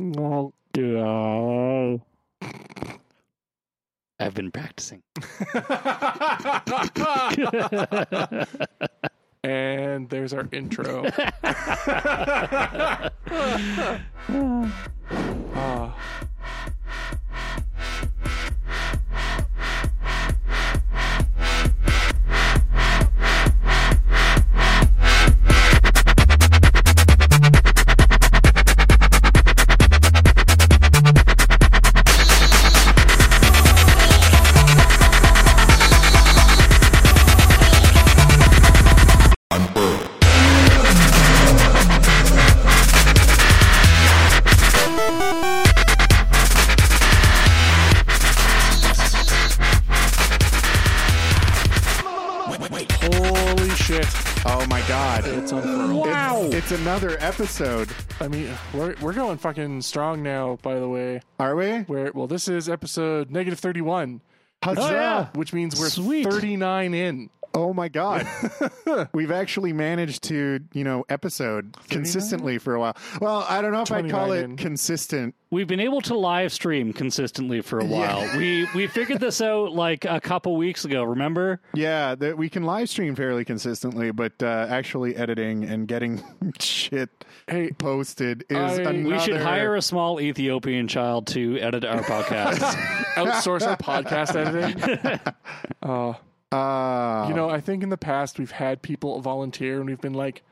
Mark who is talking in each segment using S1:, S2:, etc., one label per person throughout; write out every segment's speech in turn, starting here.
S1: Oh, God.
S2: I've been practicing.
S1: and there's our intro. Ah. Holy shit.
S3: Oh my god.
S1: It's unfurled.
S3: It's, it's another episode.
S1: I mean, we're, we're going fucking strong now, by the way.
S3: Are we?
S1: Where Well, this is episode negative 31,
S3: Huzzah!
S4: Oh, yeah.
S1: which means we're
S4: Sweet.
S1: 39 in.
S3: Oh my god. We've actually managed to, you know, episode consistently for a while. Well, I don't know if I'd call
S1: 29
S3: it
S1: in.
S3: consistent.
S4: We've been able to live stream consistently for a while. We we figured this out like a couple weeks ago, remember?
S3: Yeah, that we can live stream fairly consistently, but uh, actually editing and getting shit
S1: Hey,
S3: posted is
S1: I-
S3: another.
S1: we
S4: We should hire a small Ethiopian child to edit our podcast.
S1: outsource our podcast editing. Uh,
S3: Uh,
S1: you know, I think in the past we've had people volunteer and we've been like,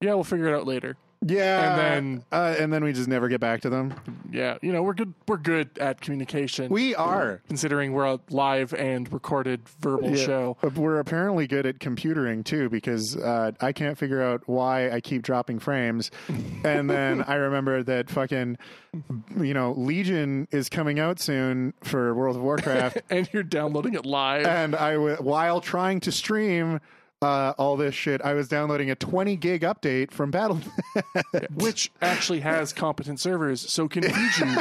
S1: yeah, we'll figure it out later.
S3: yeah,
S1: and then-
S3: uh, and then we just never get back to them.
S1: Yeah, you know, we're good we're good at communication
S3: We are.
S1: considering we're a live and recorded verbal
S3: Yeah.
S1: show.
S3: But We're apparently good at computering too, because uh, I can't figure out why I keep dropping frames. And then I remember that fucking, you know, Legion is coming out soon for World of Warcraft,
S1: And you're downloading it live.
S3: and I w- while trying to stream. Uh, all this shit. I was downloading a 20 gig update from Battle.net.
S1: which actually has competent servers, so can feed you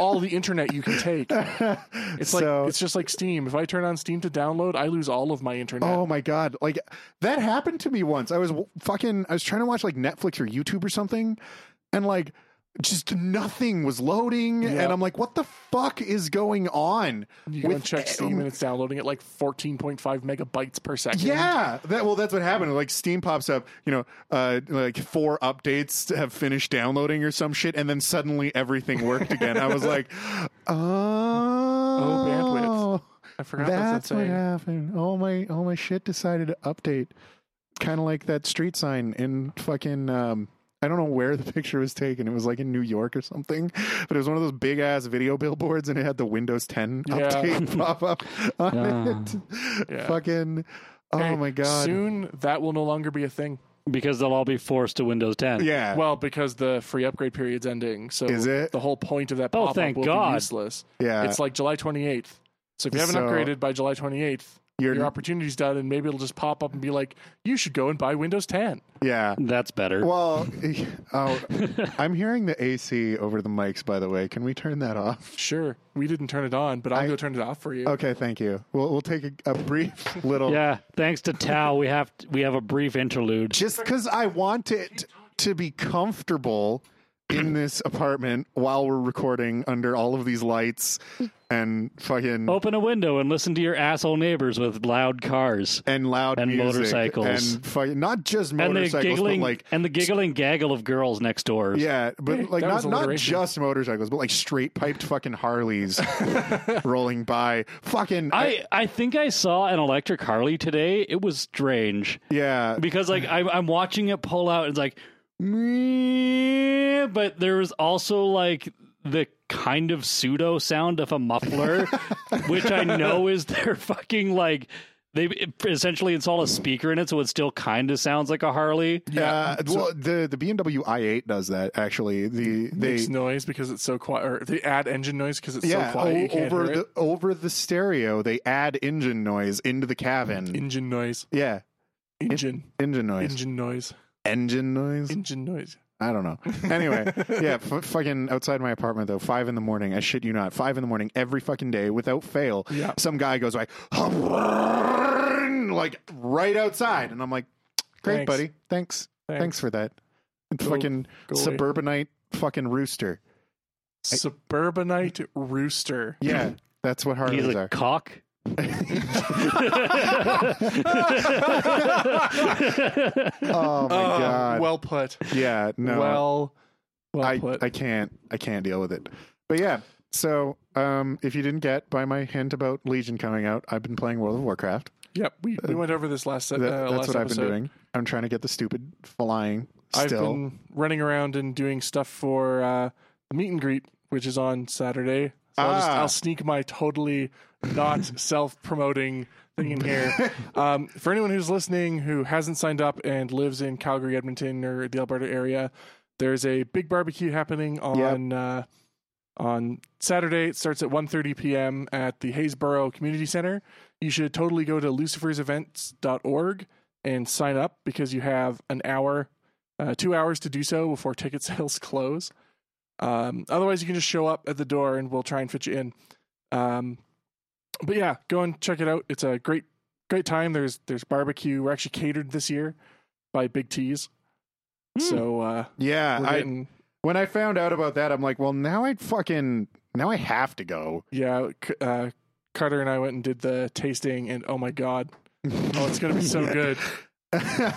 S1: all the internet you can take. It's like
S3: So-
S1: it's just like Steam. If I turn on Steam to download, I lose all of my internet.
S3: Oh my god! Like that happened to me once. I was w- fucking. I was trying to watch like Netflix or YouTube or something, and like just nothing was loading. And I'm like, what the fuck is going on?
S1: you go and check Steam and it's downloading at like 14.5 megabytes per second.
S3: Yeah, that well, that's what happened. Like Steam pops up, you know, uh, like four updates have finished downloading or some shit, and then suddenly everything worked again. I was like, oh,
S1: bandwidth. I forgot
S3: That's
S1: that's, a
S3: what
S1: thing.
S3: happened. All my all my shit decided to update. Kind of like that street sign in fucking um I don't know where the picture was taken. It was like in New York or something, but it was one of those big ass video billboards, and it had the Windows 10
S1: Yeah.
S3: update pop up on it.
S1: Yeah.
S3: Fucking oh
S1: Hey,
S3: my god!
S1: Soon that will no longer be a thing.
S4: because they'll all be forced to Windows 10.
S3: yeah,
S1: Well, because the free upgrade period's ending, so
S3: Is it?
S1: the whole point of that
S4: Oh,
S1: pop-up
S4: thank
S1: will
S4: God.
S1: be useless.
S3: yeah.
S1: It's like July 28th. So if you haven't
S3: So-
S1: upgraded by July 28th,
S3: You're-
S1: your opportunity's done, and maybe it'll just pop up and be like, "You should go and buy Windows 10."
S3: yeah.
S4: That's better.
S3: Well, oh, I'm hearing the AC over the mics. By the way, can we turn that off?
S1: Sure, we didn't turn it on, but I'll
S3: I-
S1: go turn it off for you.
S3: Okay, thank you. We'll we'll take a, a brief little.
S4: yeah, thanks to Tao, we have we have a brief interlude.
S3: Just because I want it to be comfortable in this apartment while we're recording under all of these lights and fucking
S4: Open a window and listen to your asshole neighbors with loud cars
S3: and loud
S4: and
S3: music
S4: motorcycles.
S3: and fucking not just
S4: and the
S3: motorcycles, but
S4: giggling
S3: like
S4: and the giggling gaggle of girls next door.
S3: yeah, but like
S1: that
S3: not
S1: was
S3: not
S1: alliteration.
S3: just motorcycles, but like straight piped fucking Harleys rolling by. Fucking
S4: I, I think I saw an electric Harley today. It was strange.
S3: yeah.
S4: because like I'm, I'm watching it pull out and it's like "Meow," but there was also like the kind of pseudo sound of a muffler which i know is their fucking like they essentially install a speaker in it so it still kind of sounds like a harley
S3: Yeah, Uh, well, the the BMW i8 does that actually. The they
S1: Makes noise because it's so quiet, or they add engine noise because it's
S3: yeah
S1: so quiet.
S3: o-
S1: you can't
S3: over
S1: hear
S3: the
S1: it.
S3: over the stereo they add engine noise into the cabin
S1: engine noise,
S3: yeah
S1: engine,
S3: engine noise engine,
S1: engine noise,
S3: noise
S1: engine noise.
S3: i don't know anyway yeah f- fucking outside my apartment though five in the morning i shit you not five in the morning every fucking day without fail
S1: Yeah.
S3: some guy goes like like right outside and i'm like great
S1: Thanks.
S3: buddy thanks thanks, for that
S1: Go-
S3: fucking
S1: go away.
S3: suburbanite fucking rooster.
S1: Suburbanite rooster.
S3: Yeah, that's what
S4: He's
S3: Harleys
S4: a
S3: are.
S4: cock.
S3: oh my
S1: Uh,
S3: god.
S1: Well put.
S3: yeah, no.
S1: Well, well
S3: I,
S1: put.
S3: I can't I can't deal with it. But yeah, so um, if you didn't get by my hint about Legion coming out, I've been playing World of Warcraft.
S1: yep, we, we went over this last. se-
S3: uh, That-
S1: uh,
S3: that's
S1: last
S3: what I've
S1: episode.
S3: been doing. I'm trying to get the stupid flying
S1: I've
S3: still.
S1: been running around and doing stuff for uh, the meet and greet, which is on Saturday. So I'll, just,
S3: Ah.
S1: I'll sneak my totally not self-promoting thing in here. Um, for anyone who's listening who hasn't signed up and lives in Calgary, Edmonton, or the Alberta area, there's a big barbecue happening on uh, on Saturday. It starts at 1.30 p.m. at the Haysboro Community Center. You should totally go to lucifersevents.org and sign up because you have an hour, uh, two hours to do so before ticket sales close. Um, otherwise, you can just show up at the door and we'll try and fit you in. Um, but yeah, go and check it out. It's a great, great time. There's there's barbecue. We're actually catered this year by Big T's.
S4: Hmm.
S1: So uh,
S3: yeah,
S1: we're
S3: I,
S1: getting
S3: when I found out about that, I'm like, well, now I fucking now I have to go.
S1: Yeah, c- uh, Carter and I went and did the tasting, and oh my god, oh it's gonna be so good.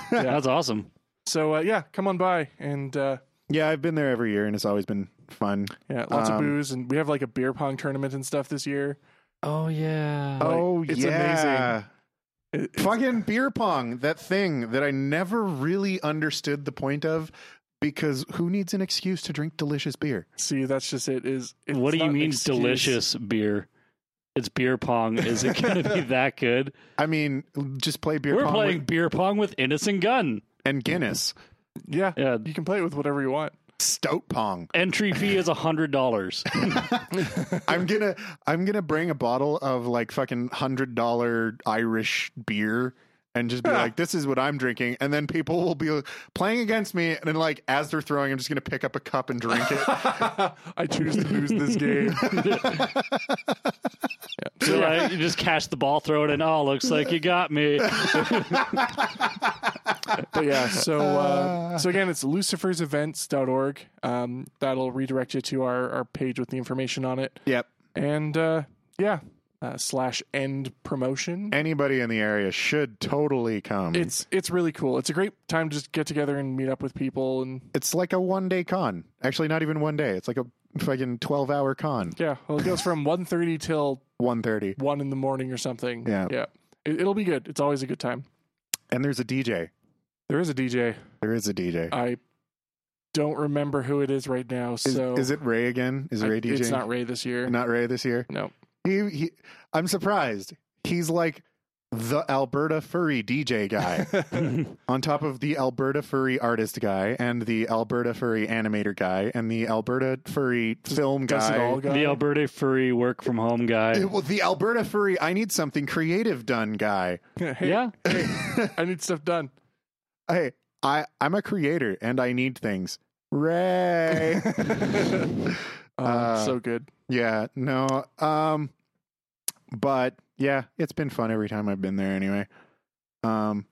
S4: That's awesome.
S1: So uh, yeah, come on by, and uh,
S3: Yeah, I've been there every year, and it's always been fun.
S1: yeah, lots of
S3: Um,
S1: booze, and we have like a beer pong tournament and stuff this year.
S4: Oh yeah.
S3: oh
S1: it's
S3: yeah,
S1: It- it's-
S3: fucking beer pong, that thing that I never really understood the point of, because who needs an excuse to drink delicious beer?
S1: See, that's just it. Is it's
S4: what do
S1: not
S4: you
S1: an
S4: mean
S1: excuse.
S4: delicious beer? It's beer pong. Is it going to be that good?
S3: I mean, just play beer
S4: We're
S3: pong
S4: playing
S3: with-
S4: beer pong with Innocent Gun.
S3: and Guinness,
S1: Yeah,
S4: Yeah.
S1: you can play it with whatever you want.
S3: stout pong.
S4: Entry fee is hundred dollars.
S3: I'm gonna I'm gonna bring a bottle of like fucking hundred dollar Irish beer and just be like, this is what I'm drinking, and then people will be playing against me, and then like as they're throwing, I'm just gonna pick up a cup and drink it.
S1: I choose to lose this game.
S4: so like, you just catch the ball, throw it in. Oh, looks like you got me.
S1: but yeah, so uh, so again, it's lucifersevents.org. Um, that'll redirect you to our our page with the information on it,
S3: yep.
S1: and uh, yeah, uh, slash end promotion.
S3: Anybody in the area should totally come.
S1: It's it's really cool. It's a great time to just get together and meet up with people and
S3: it's like a one day con. Actually, not even one day. It's like a fucking twelve hour con.
S1: yeah. Well, it goes from 1.30 till
S3: One thirty,
S1: one in the morning or something.
S3: Yeah.
S1: yeah. It, it'll be good. It's always a good time.
S3: and there's a DJ.
S1: There is a DJ.
S3: There is a DJ.
S1: I don't remember who it is right now.
S3: is,
S1: So
S3: is it Ray again? Is
S1: I-
S3: Ray DJ?
S1: It's not Ray this year.
S3: not Ray this year.
S1: No.
S3: He, he I'm surprised. He's like the Alberta furry DJ guy on top of the Alberta furry artist guy and the Alberta furry animator guy and the Alberta furry film
S1: Does
S3: guy.
S1: it all guy?
S4: the Alberta free work from home guy. Uh,
S3: It- well, the Alberta furry I need something creative done guy.
S1: Hey,
S4: Yeah.
S1: hey, I need stuff done.
S3: Hey, I I'm a creator and I need things. Ray.
S1: Uh,
S3: Uh,
S1: so good.
S3: yeah, no. Um but yeah, it's been fun every time I've been there anyway. Um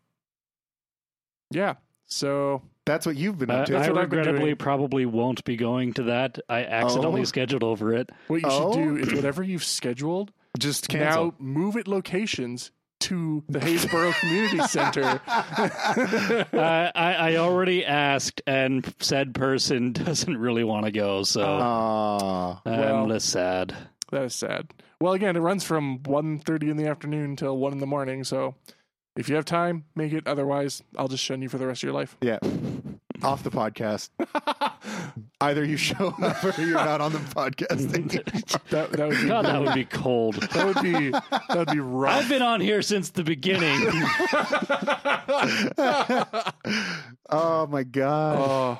S1: Yeah. So
S3: that's what you've been
S4: Uh,
S3: up to.
S4: I
S1: what I've been
S4: regrettably
S1: doing.
S4: probably won't be going to that. I accidentally
S3: Oh.
S4: scheduled over it.
S1: what you
S3: Oh.
S1: should do is whatever you've scheduled,
S3: Just cancel.
S1: now move it locations to the Haysboro Community Center.
S4: I, I, I already asked, and said person doesn't really want to go, so
S3: Ah,
S1: well.
S4: I'm less sad.
S1: That is sad. Well, again, it runs from 1.30 in the afternoon till 1 in the morning, so if you have time, make it. Otherwise, I'll just shun you for the rest of your life.
S3: yeah. Off the podcast. Either you show up or you're not on the podcast. anymore.
S1: That, that would be
S4: God, that would be cold.
S1: that would be that would be rough.
S4: I've been on here since the beginning.
S3: oh my god!
S1: Oh,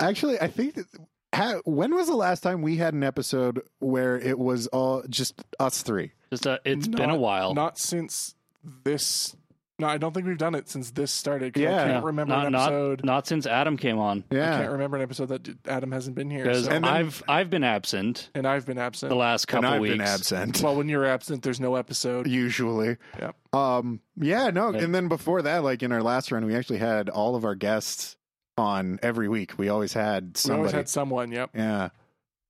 S3: Actually, I think that, ha, when was the last time we had an episode where it was all just us three?
S4: Just uh, it's been a
S1: not-
S4: while.
S1: Not since this. No, I don't think we've done it since this started. 'cause
S3: Yeah.
S1: I
S4: Yeah.
S1: can't remember
S4: Not-
S1: an
S4: not-
S1: episode.
S4: Not, since Adam came on,
S1: I can't
S3: Yeah,
S1: remember an episode that d- Adam hasn't been here.
S4: because
S1: so-
S3: And then-
S4: I've I've been absent
S1: and I've been
S4: the
S1: absent.
S4: last
S3: and
S4: couple
S3: I've
S4: weeks.
S3: been absent
S1: Well, when you're absent, there's no episode.
S3: usually.
S1: Yeah.
S3: Um. Yeah. No. And then before that, like in our last run, we actually had all of our guests on every week. We always had
S1: We
S3: somebody.
S1: always had someone. Yep.
S3: yeah.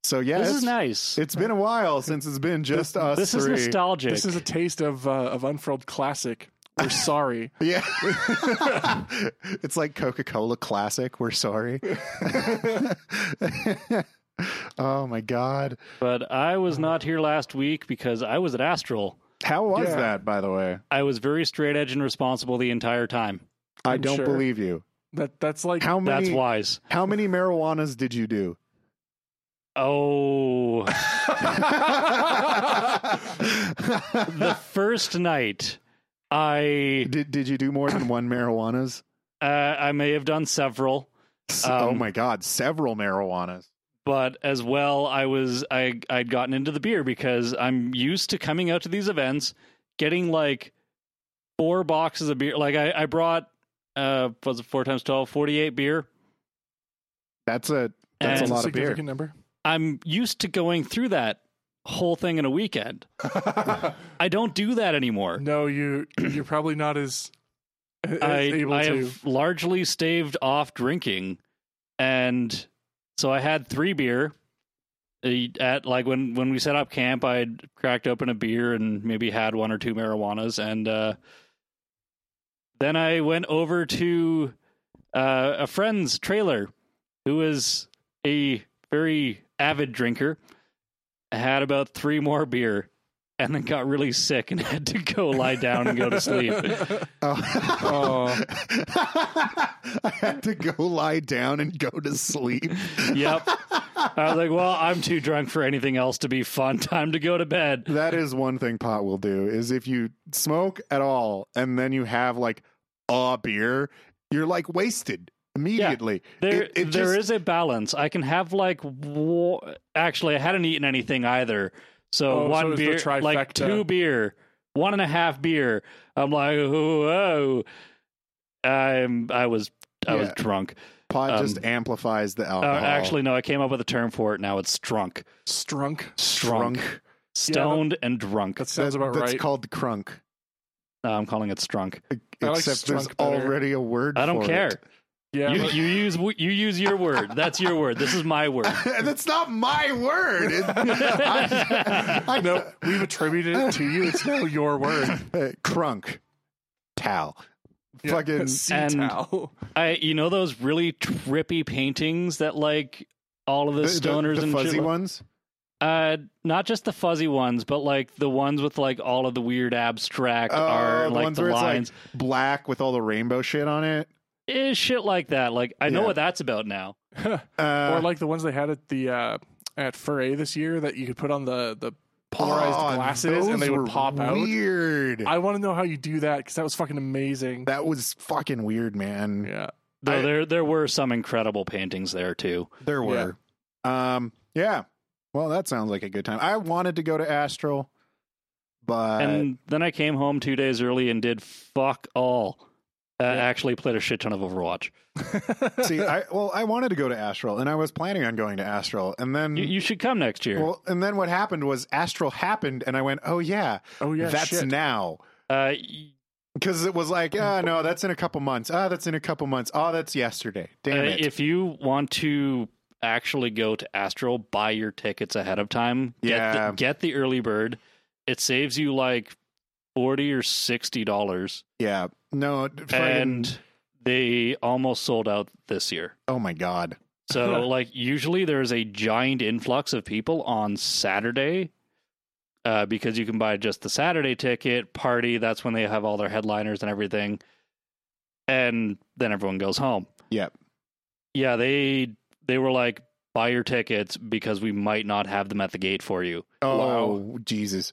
S3: So yeah,
S4: This
S3: it's,
S4: is nice.
S3: it's been a while since it's been just us.
S4: this is
S3: three.
S4: nostalgic.
S1: This is a taste of uh, of unfurled classic. We're sorry.
S3: Yeah. it's like Coca Cola Classic. We're sorry. oh my God.
S4: but I
S3: Uh-huh.
S4: was not here last week because I was at Astral.
S3: How was
S1: Yeah.
S3: that, by the way?
S4: I was very straight edge and responsible the entire time.
S3: I
S1: I'm
S3: don't
S1: sure.
S3: believe you.
S1: That that's like
S3: How many,
S4: That's wise.
S3: How many marijuanas did you do?
S4: Oh, the first night, I
S3: did, did you do more than one marijuanas?
S4: uh, I may have done several,
S3: S- oh
S4: Um,
S3: my God. Several marijuanas.
S4: but as well, I was I I'd gotten into the beer because I'm used to coming out to these events, getting like four boxes of beer. Like I I brought uh was it four times 12, 48 beer.
S3: That's a,
S1: That's
S3: that's
S4: And
S3: a lot of beer.
S1: significant number.
S4: I'm used to going through that whole thing in a weekend. I don't do that anymore.
S1: No, you you're probably not as, as
S4: I,
S1: able
S4: I
S1: to.
S4: have largely staved off drinking, and so I had three beer. Uh, At like when when we set up camp, I would cracked open a beer and maybe had one or two marijuanas, and uh, then I went over to uh, a friend's trailer, who is a very avid drinker. Had about three more beer, and then got really sick and had to go lie down and go to sleep.
S3: Oh.
S1: Oh.
S3: I had to go lie down and go to sleep.
S4: Yep. I was like, well, I'm too drunk for anything else to be fun. Time to go to bed.
S3: That is one thing pot will do is if you smoke at all and then you have like a beer, you're like wasted immediately.
S4: There,
S3: It- it
S4: there
S3: just-
S4: is a balance. I can have like, wa- actually, I hadn't eaten anything either. So
S1: Oh,
S4: one
S1: so it's the
S4: beer, like
S1: trifecta.
S4: two beer, one and a half beer. I'm like, whoa, I'm, I was, I was
S3: Yeah.
S4: drunk.
S3: pot
S4: um,
S3: just amplifies the
S4: Uh,
S3: alcohol.
S4: actually, no, I came up with a term for it. Now it's strunk,
S1: Strunk.
S4: strunk, stoned, and drunk.
S1: That sounds
S3: That-
S1: about
S3: that's
S1: right.
S3: called crunk.
S4: No, I'm calling it strunk.
S3: e-
S1: I like
S3: Except there's
S1: strunk better.
S3: already a word.
S4: I don't
S3: for
S4: care.
S3: it.
S1: yeah.
S4: You,
S1: but-
S4: you use you use your word. That's your word. This is my word.
S3: that's not my word. It- I- I-
S1: no, we've attributed it to you. It's now your word.
S3: uh, crunk, towel,
S1: Yeah.
S3: fucking
S1: sea
S4: And-
S1: towel.
S4: I you know those really trippy paintings that like all of the, stoners
S3: the,
S4: and
S3: fuzzy
S4: shit-
S3: ones.
S4: Uh, not just the fuzzy ones, but like the ones with like all of the weird abstract
S3: Oh,
S4: art,
S3: the
S4: like
S3: ones
S4: the
S3: where
S4: lines,
S3: it's like black with all the rainbow shit on it.
S4: Eh, shit like that. Like I know
S3: Yeah.
S4: what that's about now.
S3: Uh,
S1: or like the ones they had at the uh, at Foray this year that you could put on the the polarized
S3: Oh,
S1: glasses
S3: those
S1: and they
S3: were
S1: would pop out.
S3: Weird.
S1: I want to know how you do that because that was fucking amazing.
S3: that was fucking weird, man.
S1: yeah,
S4: Though
S3: I-
S4: there there were some incredible paintings there too.
S3: There
S1: were.
S3: Yeah. Um. Yeah. Well, that sounds like a good time. I wanted to go to Astral, but
S4: and then I came home two days early and did fuck all. Uh, Actually, played a shit ton of Overwatch.
S3: see, I well, I wanted to go to Astral, and I was planning on going to Astral, and then.
S4: You, you should come next year.
S3: Mm. well, and then what happened was Astral happened, and I went, "Oh yeah,
S1: oh yeah,
S3: that's
S1: shit.
S3: now."
S4: uh, y-
S3: Because it was like, "Ah, no, that's in a couple months. Ah, that's in a couple months. Oh, that's yesterday.
S4: Uh,
S3: Damn it!"
S4: If you want to actually go to Astral, buy your tickets ahead of time. Get
S3: Yeah.
S4: the, get the early bird. It saves you like forty or sixty dollars,
S3: yeah, no, friggin-
S4: and they almost sold out this year.
S3: oh my god,
S4: So, like, usually there's a giant influx of people on Saturday. Uh, because you can buy just the Saturday ticket party. That's when they have all their headliners and everything. And then everyone goes home.
S3: yep.
S4: Yeah, they they were like, buy your tickets because we might not have them at the gate for you.
S3: Oh Jesus!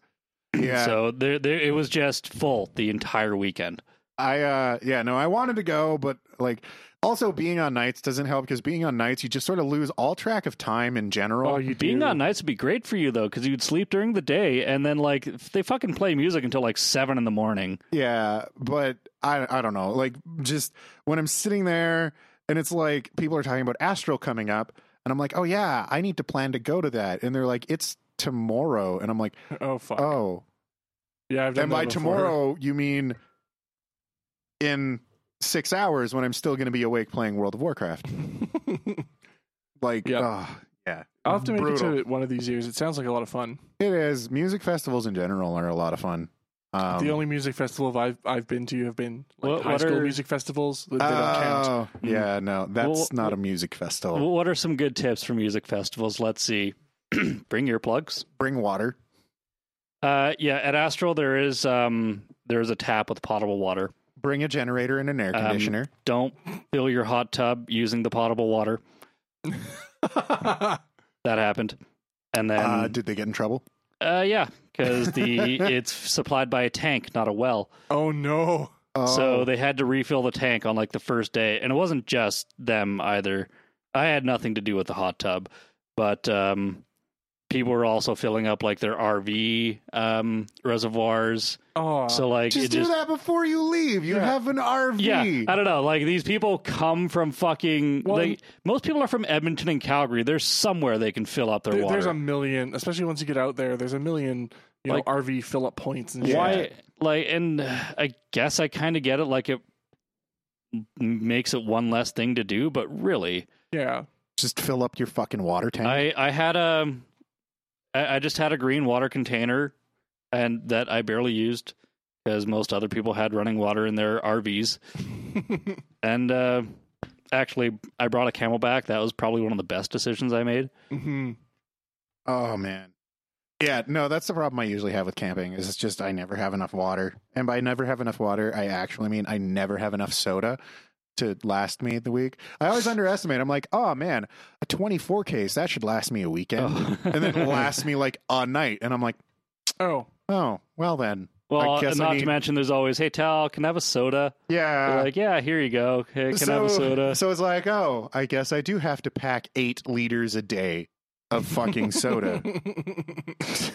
S3: Yeah,
S4: So there, there, it was just full the entire weekend.
S3: I uh yeah, no, I wanted to go, but like also being on nights doesn't help because being on nights you just sort of lose all track of time in general.
S1: Oh, you
S4: Being
S1: do.
S4: on nights would be great for you though, because you'd sleep during the day, and then like if they fucking play music until like seven in the morning.
S3: yeah, but I I don't know. Like just when I'm sitting there and it's like people are talking about Astral coming up and I'm like, "Oh yeah, I need to plan to go to that." And they're like, "It's tomorrow." And I'm like,
S1: Oh fuck.
S3: "Oh,
S1: yeah, I've done
S3: and
S1: that
S3: by
S1: before.
S3: tomorrow you mean in six hours when I'm still going to be awake playing World of Warcraft. like,
S1: Yep.
S3: ah, yeah,
S1: I'll have to make
S3: Brutal.
S1: it to it one of these years. It sounds like a lot of fun.
S3: It is. Music festivals in general are a lot of fun. Um,
S1: the only music festival I've I've been to have been like
S4: What-
S1: high
S4: what
S1: school
S4: are-
S1: music festivals. They don't count. Mm.
S3: Oh, yeah, no, that's
S4: Well,
S3: not a music festival.
S4: Wh- What are some good tips for music festivals? Let's see. Bring earplugs.
S3: Bring water.
S4: Uh, yeah, at Astral there is um there is a tap with potable water.
S3: Bring a generator and an air
S4: Um,
S3: conditioner.
S4: Don't fill your hot tub using the potable water. That happened. And then
S3: uh, did they get in trouble?
S4: uh, yeah, cuz the it's supplied by a tank, not a well.
S1: oh no!
S3: Oh,
S4: So they had to refill the tank on like the first day, and it wasn't just them either. I had nothing to do with the hot tub, but um, people were also filling up like their RV um, reservoirs.
S1: Oh,
S4: so like
S3: Uh, just
S4: it
S3: do
S4: just
S3: that before you leave. You
S1: Yeah.
S3: have an RV.
S4: yeah, I don't know. Like these people come from fucking
S1: Well,
S4: like most people are from Edmonton and Calgary. There's somewhere they can fill up their
S1: there-
S4: water.
S1: there's a million, especially once you get out there. There's a million, you
S4: Like-
S1: know, RV fill up points and shit.
S4: why like and uh, i guess i kind of get it like it m- makes it one less thing to do but really
S1: Yeah,
S3: Just fill up your fucking water tank.
S4: i i had a i, I just had a green water container and that i barely used because most other people had running water in their rvs and uh actually i brought a camelback that was probably one of the best decisions i made
S3: Mm-hmm.
S1: hmm
S3: Oh man. Yeah, no, that's the problem I usually have with camping is it's just I never have enough water. And by never have enough water, I actually mean I never have enough soda to last me the week. I always underestimate. I'm like, oh man, a 24 case, that should last me a weekend.
S4: Oh.
S3: and then last me like a night. And I'm like,
S1: Oh,
S3: oh, well then.
S4: well
S3: I guess
S4: and
S3: I
S4: not
S3: need-
S4: to mention there's always hey tal can i have a soda They're
S3: Yeah.
S4: like yeah here you go hey can i have a soda
S3: So it's like, oh, I guess I do have to pack eight liters a day of fucking soda.
S4: Yeah,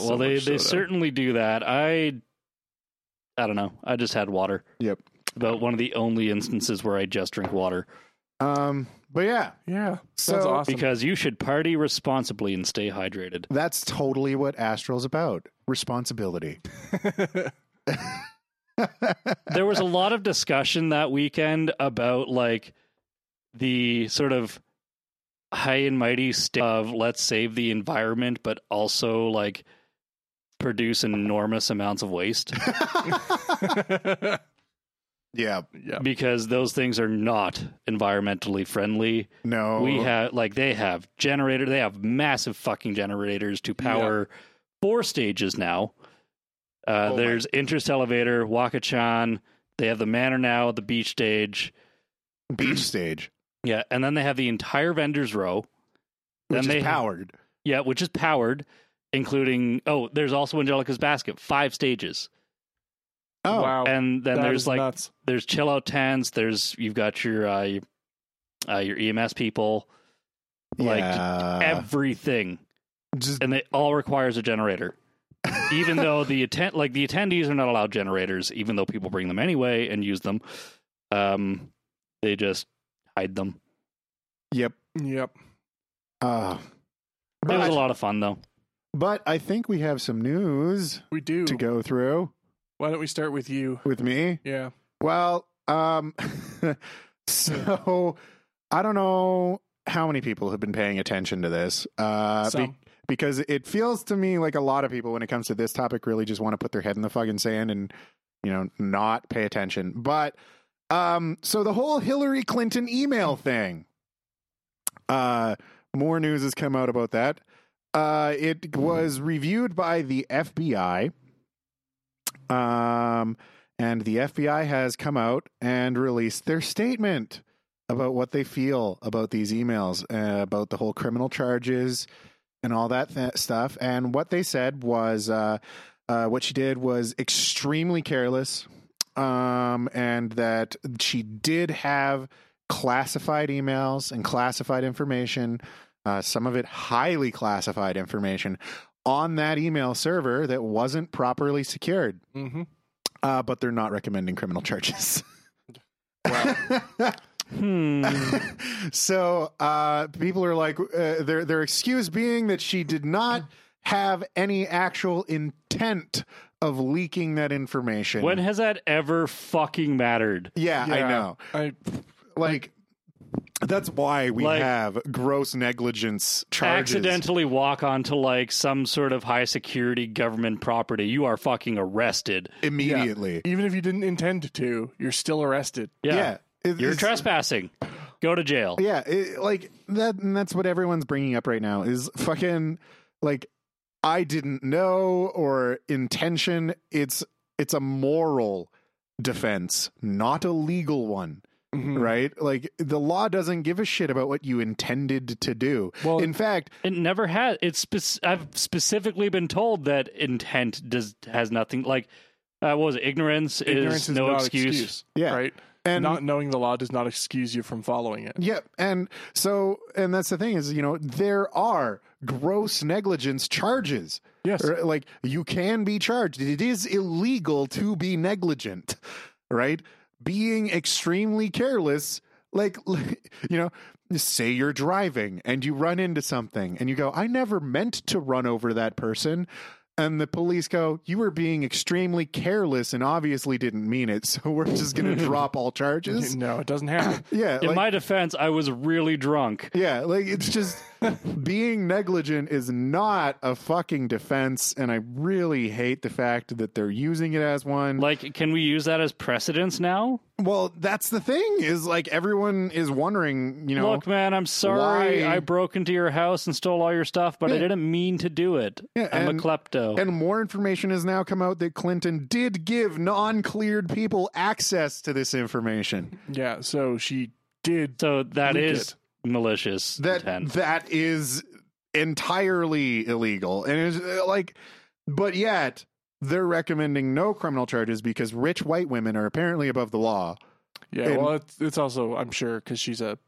S4: well,
S3: so
S4: they,
S3: much
S4: they
S3: soda.
S4: certainly do that. I, I don't know. I just had water.
S3: Yep.
S4: About one of the only instances where I just drink water
S3: Um, but yeah,
S1: yeah,
S3: So-
S1: sounds awesome.
S4: because you should party responsibly and stay hydrated.
S3: That's totally what Astral's about. Responsibility.
S4: There was a lot of discussion that weekend about like the sort of high and mighty state of let's save the environment, but also like produce enormous amounts of waste
S3: yeah.
S1: yeah,
S4: because those things are not environmentally friendly.
S3: No.
S4: we have like they have generator they have massive fucking generators to power four stages now uh,
S3: Oh my-
S4: there's interest elevator wakachan they have the manor now the beach stage
S3: beach stage.
S4: yeah and then they have the entire vendors row
S3: Which
S4: Then
S3: is
S4: they have-
S3: powered.
S4: yeah which is powered including oh there's also angelica's basket five stages
S3: Oh,
S1: wow.
S4: and then
S1: That
S4: there's
S1: is
S4: like
S1: nuts.
S4: there's chill out tents there's you've got your uh, your, uh, your ems people like,
S3: Oh, yeah.
S4: everything
S3: Just-
S4: and it all requires a generator. even though the attend like the attendees are not allowed generators, even though people bring them anyway and use them, um, they just hide them.
S3: yep.
S1: yep.
S3: Uh,
S4: It was
S3: but,
S4: a lot of fun though.
S3: but I think we have some news
S1: We do.
S3: to go through
S1: Why don't we start with you?
S3: with me.
S1: Yeah.
S3: Well, um, so I don't know how many people have been paying attention to this. Uh,
S1: Some.
S3: be- because it feels to me like a lot of people when it comes to this topic really just want to put their head in the fucking sand and you know not pay attention but um so the whole hillary clinton email thing uh more news has come out about that uh it was reviewed by the fbi um and the fbi has come out and released their statement about what they feel about these emails uh, about the whole criminal charges and all that th- stuff. And what they said was, uh, uh, what she did was extremely careless, um, and that she did have classified emails and classified information, uh, some of it highly classified information, on that email server that wasn't properly secured.
S1: Mm-hmm.
S3: Uh, but they're not recommending criminal charges.
S4: Hmm.
S3: so uh, people are like, uh, their their excuse being that she did not have any actual intent of leaking that information.
S4: When has that ever fucking mattered?
S3: yeah, I know.
S1: I,
S3: Like that's why we
S4: Like-
S3: have gross negligence charges.
S4: Accidentally walk onto like some sort of high security government property, you are fucking arrested.
S3: immediately.
S1: even if you didn't intend to, you're still arrested.
S4: Yeah,
S3: It-
S4: you're
S3: it's-
S4: trespassing. Go to jail.
S3: Yeah, it, like that. And that's what everyone's bringing up right now is fucking like I didn't know or intention. It's it's a moral defense, not a legal one.
S1: Mhm.
S3: Right? Like the law doesn't give a shit about what you intended to do.
S1: Well-
S3: in fact,
S4: It never has. It's spec- I've specifically been told that intent does has nothing like. Uh, what was it? ignorance,
S1: Ignorance
S4: is, no
S1: not
S4: excuse.
S3: Yeah.
S1: Right.
S3: And-
S1: And not knowing the law does not excuse you from following it.
S3: Yeah, and so and that's the thing is, you know, there are gross negligence charges.
S1: Yes.
S3: Or, like you can be charged. It is illegal to be negligent, right? Being extremely careless, like you know, say you're driving and you run into something and you go, "I never meant to run over that person." And the police go, "You were being extremely careless and obviously didn't mean it, so we're just going to drop all charges."
S1: No, it doesn't happen.
S3: Yeah,
S4: In
S3: like-
S4: my defense, I was really drunk.
S3: yeah, like it's just being negligent is not a fucking defense, and I really hate the fact that they're using it as one.
S4: Like, can we use that as precedence now?
S3: well, that's the thing is like everyone is wondering, you know,
S4: Look, man, I'm sorry
S3: Why?
S4: I broke into your house and stole all your stuff, but I
S3: Yeah.
S4: didn't mean to do it.
S3: Yeah,
S4: I'm
S3: and-
S4: a klepto.
S3: and more information has now come out that Clinton did give non-cleared people access to this information.
S1: yeah. So she did.
S4: so that
S1: Leak
S4: is malicious
S3: That
S4: intent.
S3: that is entirely illegal, and it's uh, like, but yet. They're recommending no criminal charges because rich white women are apparently above the law.
S1: Yeah.
S3: and-
S1: well, it's, it's also I'm sure because she's a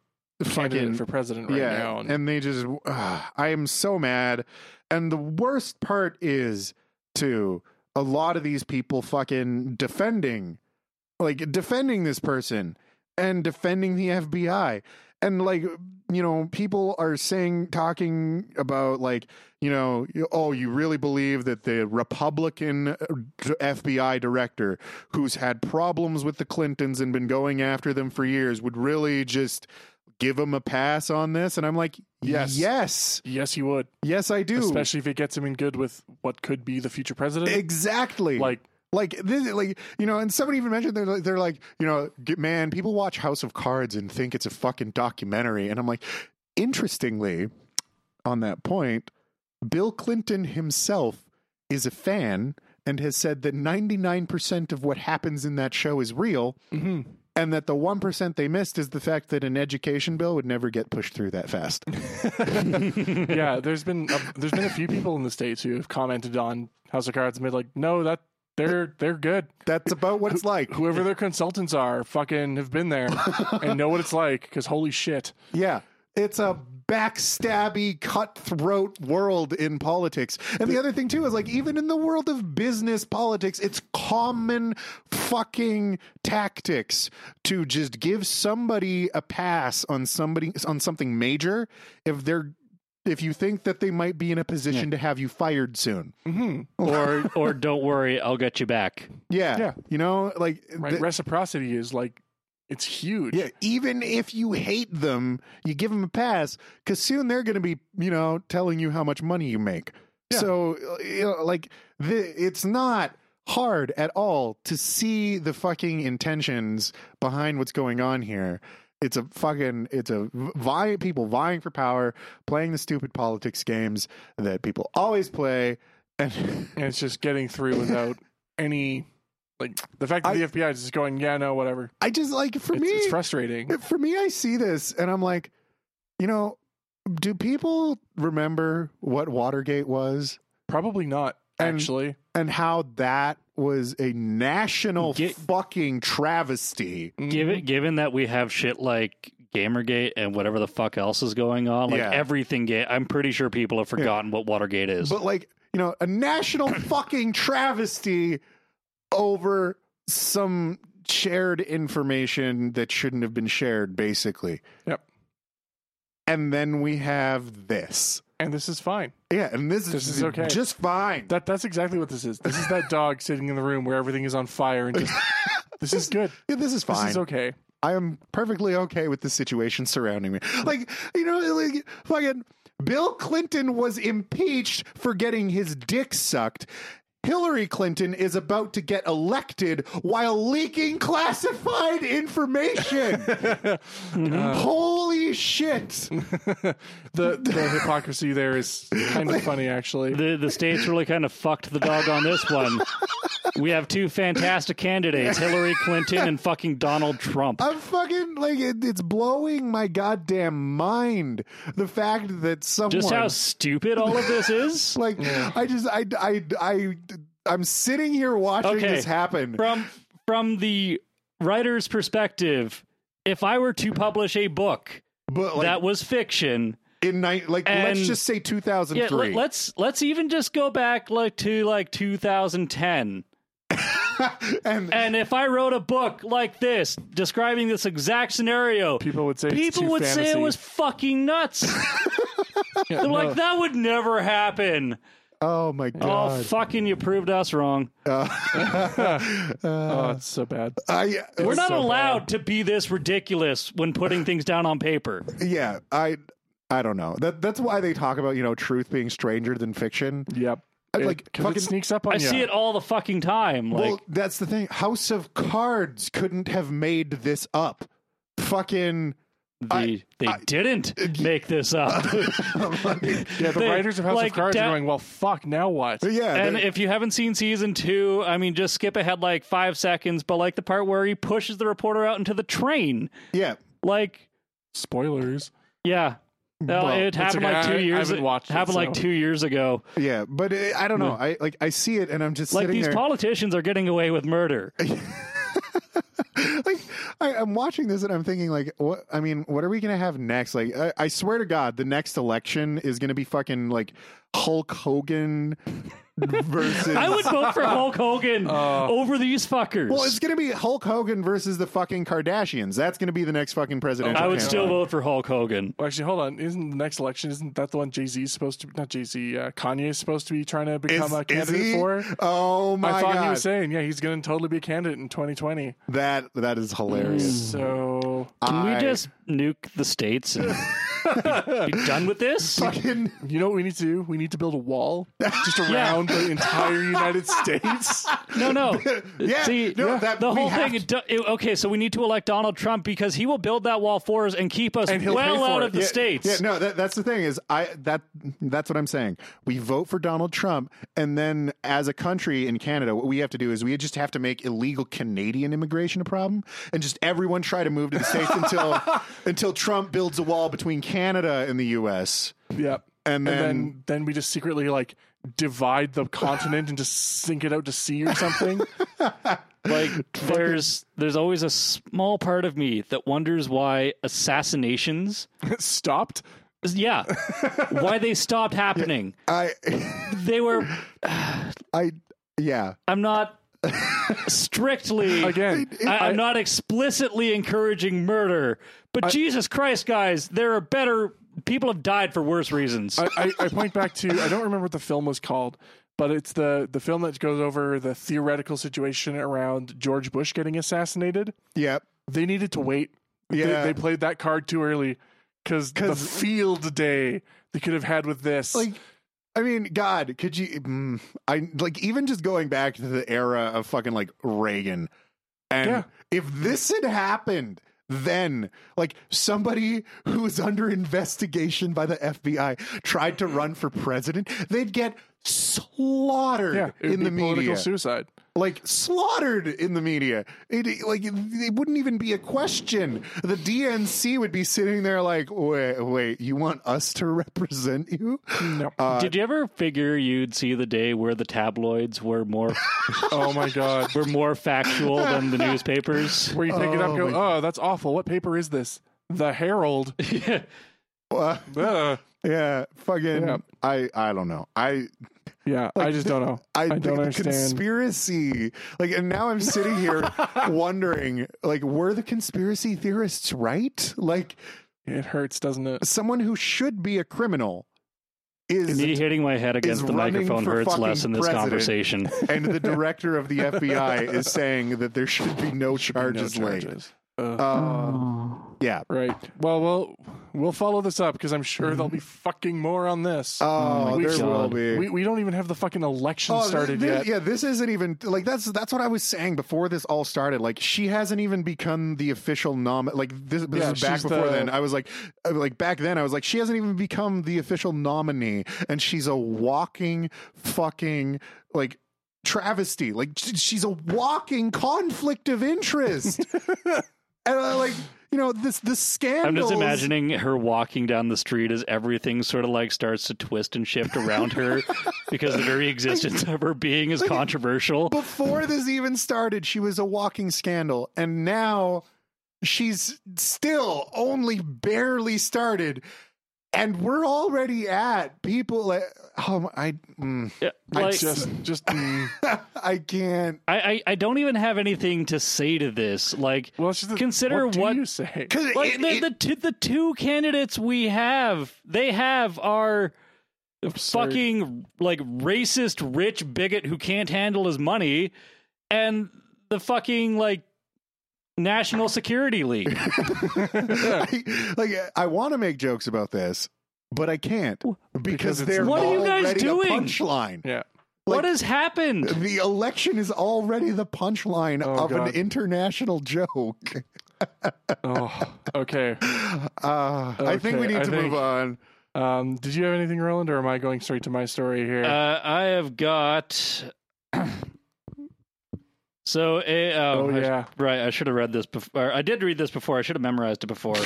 S3: Fucking
S1: candidate for president right now.
S3: and,
S1: And,
S3: they just ah, i am so mad and the worst part is too a lot of these people fucking defending like defending this person and defending the fbi and like you know people are saying talking about like you know oh you really believe that the republican uh, fbi director who's had problems with the clintons and been going after them for years would really just give him a pass on this and i'm like yes
S1: Yes.
S3: yes
S1: yes, you would,
S3: yes i do
S1: especially if it gets him in good with what could be the future president.
S3: exactly
S1: like
S3: like this, like you know, and somebody even mentioned they're like, they're like, you know, g- man, people watch House of Cards and think it's a fucking documentary, and I'm like, interestingly, on that point, Bill Clinton himself is a fan and has said that 99% of what happens in that show is real,
S1: mhm.
S3: and that the 1% they missed is the fact that an education bill would never get pushed through that fast.
S1: yeah, there's been a, there's been a few people in the states who have commented on House of Cards and been like, no, that they're they're good.
S3: That's about what it's like.
S1: Whoever their consultants are, fucking have been there and know what it's like. Because holy shit,
S3: Yeah. It's a backstabby, cutthroat world in politics. And the other thing, too, is like, even in the world of business politics, it's common fucking tactics to just give somebody a pass on somebody, on something major if they're, if you think that they might be in a position to have you fired soon.
S4: or, or don't worry, I'll get you back.
S3: Yeah.
S1: Yeah.
S3: You know, like,
S1: right?
S3: the-
S1: Reciprocity is like it's huge.
S3: Yeah, even if you hate them, you give them a pass because soon they're going to be, you know, telling you how much money you make. So, you know, like, the, it's not hard at all to see the fucking intentions behind what's going on here. It's a fucking, it's a vying, people vying for power, playing the stupid politics games that people always play. And
S1: and it's just getting through without any like the fact that
S3: I-
S1: the FBI is just going, yeah, no, whatever.
S3: I just like, for
S1: It's,
S3: me,
S1: it's frustrating.
S3: for me i see this and i'm like you know do people remember what watergate was
S1: Probably not
S3: And-
S1: actually.
S3: and how that was a national
S4: Get-
S3: fucking travesty
S1: Mm-hmm.
S4: Given given that we have shit like Gamergate and whatever the fuck else is going on, like
S3: Yeah.
S4: everything, ga- I'm pretty sure people have forgotten what Watergate is.
S3: but like you know a national fucking travesty over some shared information that shouldn't have been shared basically
S1: Yep.
S3: and then we have this.
S1: and this is fine.
S3: Yeah, and this,
S1: This
S3: is,
S1: is okay.
S3: just fine.
S1: That that's exactly what this is. This is that dog sitting in the room where everything is on fire and just this is good.
S3: Yeah, this is fine.
S1: This is okay.
S3: I am perfectly okay with the situation surrounding me. Like, you know, like fucking Bill Clinton was impeached for getting his dick sucked. Hillary Clinton is about to get elected while leaking classified information.
S4: Mm-hmm.
S3: Holy shit.
S1: The the hypocrisy there is kind of funny actually.
S4: The the states really kind of fucked the dog on this one. We have two fantastic candidates, Hillary Clinton and fucking Donald Trump.
S3: I'm fucking like it, it's blowing my goddamn mind the fact that someone
S4: Just how stupid all of this is.
S3: like I just I I I I'm sitting here watching
S4: Okay.
S3: this happen.
S4: From from the writer's perspective, if I were to publish a book
S3: But like
S4: that was fiction,
S3: in night like
S4: And-
S3: let's just say
S4: yeah,
S3: 2003
S4: let, let's let's even just go back like to like 2010.
S3: and
S4: And if I wrote a book like this describing this exact scenario,
S1: People would say it's
S4: people
S1: too
S4: would say it
S1: fantasy.
S4: was fucking nuts.
S1: Yeah,
S4: They're
S1: no.
S4: like, that would never happen.
S3: oh my
S4: Oh,
S3: god
S4: fucking, you proved us wrong.
S1: oh, it's so
S4: Uh,
S1: bad.
S3: I uh,
S4: We're not
S1: so
S4: allowed to be this ridiculous when putting things down on paper.
S3: yeah I I don't know that that's why they talk about you know truth being stranger than fiction
S1: Yep.
S3: I-
S1: It-
S3: like,
S1: 'cause
S3: fucking-
S1: it sneaks up on
S4: I
S1: you.
S4: see it all the fucking time. Like,
S3: well that's the thing House of Cards couldn't have made this up fucking
S4: they, they didn't
S1: uh,
S4: make this up.
S1: Yeah, the
S4: They-
S1: writers of House
S4: like,
S1: of Cards
S4: da-
S1: are going, well, fuck, now what?
S3: yeah
S4: and
S3: they-
S4: if you haven't seen season two, I mean, just skip ahead like five seconds, but like the part where he pushes the reporter out into the train.
S3: yeah
S4: Like,
S1: Spoilers.
S4: yeah. Uh, it
S1: it's
S4: happened
S1: okay.
S4: like two
S1: I- I
S4: years.
S1: haven't watched it,
S4: happened like
S1: so-
S4: two years ago.
S3: yeah but it, I don't know I like I see it and I'm just
S4: Hmm. Like
S3: sitting
S4: these
S3: there
S4: politicians are getting away with murder.
S3: like I, I'm watching this and I'm thinking like what I mean what are we gonna have next like I, I swear to God the next election is gonna be fucking like Hulk Hogan versus
S4: I would vote for Hulk Hogan
S1: Oh.
S4: over these fuckers.
S3: well it's gonna be Hulk Hogan versus the fucking Kardashians that's gonna be the next fucking presidential
S4: I would
S3: campaign.
S4: still vote for Hulk Hogan.
S1: Well, actually, hold on. Isn't the next election? Isn't that the one Jay Z's supposed to? Not Jay Z. Uh, Kanye is supposed to be trying to
S3: is,
S1: become a
S3: is
S1: candidate
S3: he?
S1: for.
S3: oh my
S1: I thought
S3: god
S1: he was saying, yeah, he's going to totally be a candidate in 2020.
S3: that that is hilarious
S1: So
S4: Can
S3: I-
S4: we just nuke the states and be, be done with this?
S1: Mm.
S3: fucking
S1: you know what we need to do? We need to build a wall just around the entire United States.
S4: No, no.
S3: yeah
S4: See,
S3: no, that
S4: the
S3: we
S4: whole
S3: have
S4: thing. it do- it- okay, so we need to elect Donald Trump because he will build that wall for us and keep us
S1: And he'll pay
S4: well
S1: for
S4: out
S1: it.
S4: of the
S1: Yeah,
S4: states.
S3: Yeah, no, that, that's the thing is I that that's what I'm saying. We vote for Donald Trump, and then as a country in Canada, what we have to do is we just have to make illegal Canadian immigration a problem, and just everyone try to move to the states until until Trump builds a wall between Canada and the U.S.
S1: Yep.
S3: And
S1: and
S3: then,
S1: then then we just secretly like divide the continent and just sink it out to sea or something.
S4: Like there's there's always a small part of me that wonders why assassinations,
S1: Stopped.
S4: yeah, why they stopped happening.
S3: I
S4: They were.
S3: I yeah
S4: I'm not strictly
S1: Again,
S4: I, I'm not explicitly encouraging murder, but Jesus Christ, guys, there are better people have died for worse reasons.
S1: I, I, I point back to I don't remember what the film was called, but it's the the film that goes over the theoretical situation around George Bush getting assassinated.
S3: yeah
S1: They needed to wait.
S3: Yeah.
S1: They, they played that card too early because the field day they could have had with this.
S3: like. I mean, God, could you? Mm, I like even just going back to the era of fucking like Reagan, and
S1: Yeah.
S3: if this had happened then, like somebody who is under investigation by the FBI tried to run for president, they'd get slaughtered
S1: yeah, it would
S3: in
S1: be
S3: the
S1: political
S3: media,
S1: suicide.
S3: like slaughtered in the media. It, it- like it, it wouldn't even be a question. The DNC would be sitting there like, wait, wait, you want us to represent you?
S1: No.
S4: Did you ever figure you'd see the day where the tabloids were more
S1: oh my god.
S4: were more factual than the newspapers?
S1: Where you pick it up, and
S3: Oh
S1: go, oh, that's awful. What paper is this? The Herald.
S3: Uh,
S1: Ugh.
S3: Yeah, fucking.
S1: Yeah.
S3: I I don't know. I
S1: Yeah, I just don't know. I,
S3: I, the
S1: don't understand.
S3: conspiracy. Like, and now I'm sitting here wondering, like, were the conspiracy theorists right? Like,
S1: It hurts, doesn't it?
S3: Someone who should be a criminal is
S4: Me hitting my head against the
S3: running
S4: microphone
S3: for
S4: hurts
S3: fucking
S4: less in this
S3: president.
S4: conversation.
S3: and the director of the FBI is saying that there should be no charges
S1: No
S3: laid.
S1: charges. Ugh.
S3: Uh, yeah.
S1: right. Well, we'll we'll follow this up because I'm sure there'll be fucking more on this.
S3: Oh,
S1: We-
S3: there will
S4: Mm-hmm. God.
S3: be.
S1: we, we don't even have the fucking election
S3: Oh, thi-
S1: started
S3: thi-
S1: yet.
S3: Yeah, this isn't even like that's that's what I was saying before this all started. Like she hasn't even become the official nom. Like this, this
S1: Yeah,
S3: is back
S1: she's
S3: before
S1: the-
S3: then. I was like, I was like back then, I was like, she hasn't even become the official nominee, and she's a walking fucking like travesty. Like sh- she's a walking conflict of interest, and I like. You know this this scandal.
S4: I'm just imagining her walking down the street as everything sort of like starts to twist and shift around her because the very existence of her being is controversial.
S3: before this even started, she was a walking scandal, and now she's still only barely started, and we're already at people. Like, oh, I, mm,
S4: Yeah,
S3: I
S4: Like,
S1: Just just mm.
S3: I can't.
S4: I, I, I don't even have anything to say to this. Like,
S1: well, it's just that-
S4: Consider
S1: what, do
S4: what-
S1: you say.
S3: 'Cause
S4: like
S3: it-
S4: the,
S3: it-
S4: the, two, the two candidates we have, they have are
S1: Absurd.
S4: fucking like racist rich bigot who can't handle his money and the fucking like National Security League.
S3: I, like I want to make jokes about this, but I can't because,
S1: Because it's
S3: they're
S1: What
S4: are you guys
S3: already the
S4: doing?
S3: punchline.
S1: Yeah.
S4: what has happened?
S3: The election is already the punchline
S1: Oh,
S3: of an
S1: God.
S3: international joke.
S1: Oh. Okay.
S3: Uh, I think
S1: Okay,
S3: we need
S1: I
S3: to
S1: think-
S3: move on.
S1: Um, did you have anything, Roland, or am I going straight to my story here?
S4: Uh, I have got. So, a, um,
S1: Oh,
S4: I sh-
S1: yeah.
S4: right. I should have read this before. I did read this before. I should have memorized it before.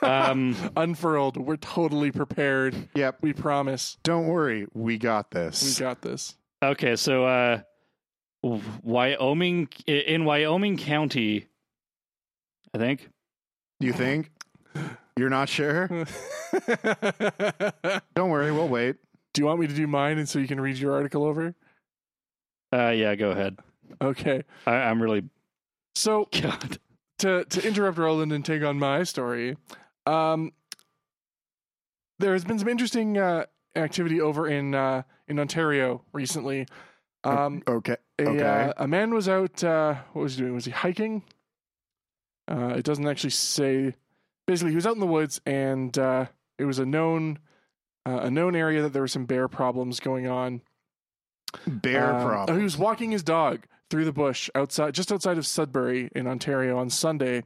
S4: um,
S1: Unfurled. We're totally prepared.
S3: Yep.
S1: We promise.
S3: Don't worry, we got
S1: We
S3: this.
S1: got this.
S4: okay, so uh, Wyoming in Wyoming County, I think.
S3: you think? You're not sure?
S1: do
S3: Don't worry, we'll wait.
S1: you want me to do mine and so you can read your article over?
S4: Uh, yeah, go ahead.
S1: Okay.
S4: I, I'm really
S1: So
S4: God.
S1: to to interrupt Roland and take on my story, um, there has been some interesting uh, activity over in uh, in Ontario recently. Um,
S3: Okay.
S1: a,
S3: Okay.
S1: uh, a man was out. Uh, what was he doing? Was he hiking? Uh, it doesn't actually say. Basically, he was out in the woods, and uh, it was a known uh, a known area that there were some bear problems going on.
S3: Bear
S1: Um,
S3: problem.
S1: He was walking his dog through the bush outside, just outside of Sudbury in Ontario on Sunday,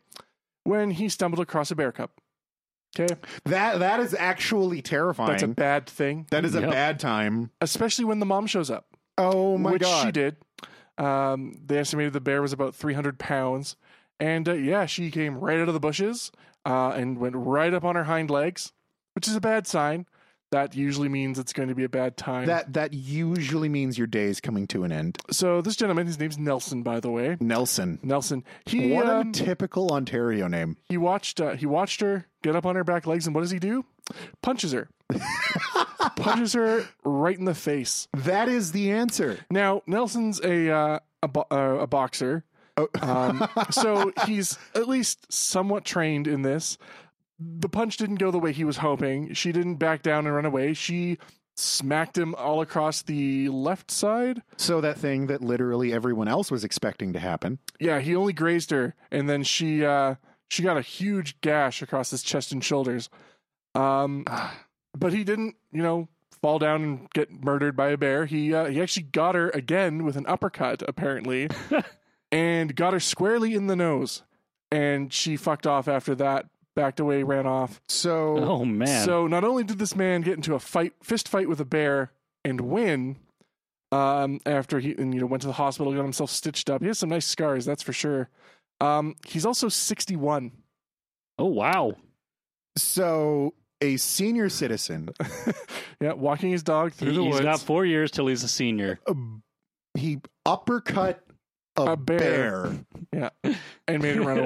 S1: when he stumbled across a bear cub. Okay,
S3: That that is actually terrifying.
S1: that's a bad thing,
S3: that is a
S4: Yep.
S3: bad time.
S1: especially when the mom shows up,
S3: Oh my
S1: which
S3: god.
S1: she did. Um, they estimated the bear was about 300 pounds, and uh, yeah, she came right out of the bushes uh, and went right up on her hind legs, which is a bad sign. That usually means it's going to be a bad time.
S3: That that usually means your day is coming to an end.
S1: so this gentleman, his name's Nelson, by the way.
S3: Nelson.
S1: Nelson. He
S3: What
S1: um,
S3: a typical Ontario name.
S1: he watched uh, he watched her get up on her back legs and what does he do punches her punches her right in the face
S3: That is the answer.
S1: now nelson's a uh, a, bo- uh, a boxer um, so he's at least somewhat trained in this the punch didn't go the way he was hoping she didn't back down and run away she smacked him all across the left side
S3: So that thing that literally everyone else was expecting to happen.
S1: yeah he only grazed her and then she uh she got a huge gash across his chest and shoulders um but he didn't you know fall down and get murdered by a bear he uh, he actually got her again with an uppercut apparently and got her squarely in the nose and she fucked off after that backed away ran off
S3: So
S4: Oh man.
S1: so not only did this man get into a fight, fist fight with a bear and win, um, after he and you know went to the hospital, got himself stitched up. He has some nice scars, that's for sure. Um, he's also sixty-one.
S4: oh wow.
S3: so a senior citizen
S1: Yeah, walking his dog through
S4: He-
S1: the
S4: he's
S1: woods.
S4: got four years till he's a senior.
S3: um, he uppercut a,
S1: A bear.
S3: bear.
S1: yeah, and made it run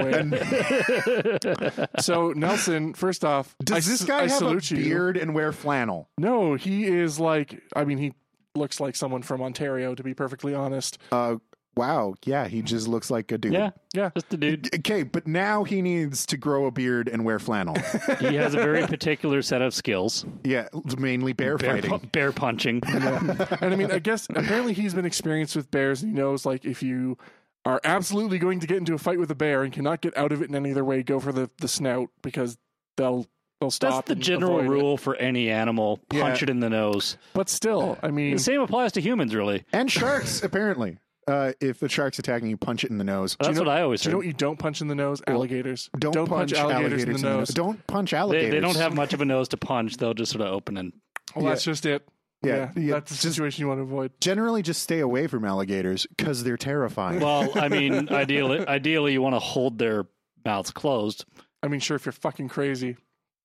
S1: away. so Nelson, first off, I
S3: Does this
S1: s-
S3: guy
S1: I
S3: have a
S1: salute you.
S3: beard and wear flannel?
S1: No, he is like. I mean, he looks like someone from Ontario, to be perfectly honest.
S3: Uh, wow, yeah, he just looks like a dude.
S4: Yeah,
S1: Yeah.
S4: just a dude.
S3: Okay, but now he needs to grow a beard and wear flannel.
S4: He has a very particular set of skills.
S3: yeah, mainly bear,
S4: Bear,
S3: fighting.
S4: pu- bear punching.
S1: and I mean, I guess apparently he's been experienced with bears and he knows like if you are absolutely going to get into a fight with a bear and cannot get out of it in any other way, go for the, the snout because they'll they'll stop.
S4: That's the
S1: and
S4: general
S1: avoid it.
S4: rule for any animal. Punch
S3: Yeah.
S4: it in the nose.
S1: But still, I mean,
S4: The same applies to humans, really.
S3: and sharks, apparently. Uh, if the shark's attacking you, punch it in the nose.
S4: That's what I always
S1: do you know
S4: heard.
S1: what you don't punch in the nose? Alligators.
S3: Don't, punch, alligators, in the nose. Don't punch
S4: They,
S3: alligators.
S4: they don't have much of a nose to punch. They'll just sort of open and
S1: Well, that's just it.
S3: Yeah, yeah,
S1: that's the
S3: just-
S1: situation you want to avoid.
S3: Generally, just stay away from alligators because they're terrifying.
S4: Well, I mean, ideally, ideally, you want to hold their mouths closed.
S1: I mean, sure, if you're fucking crazy,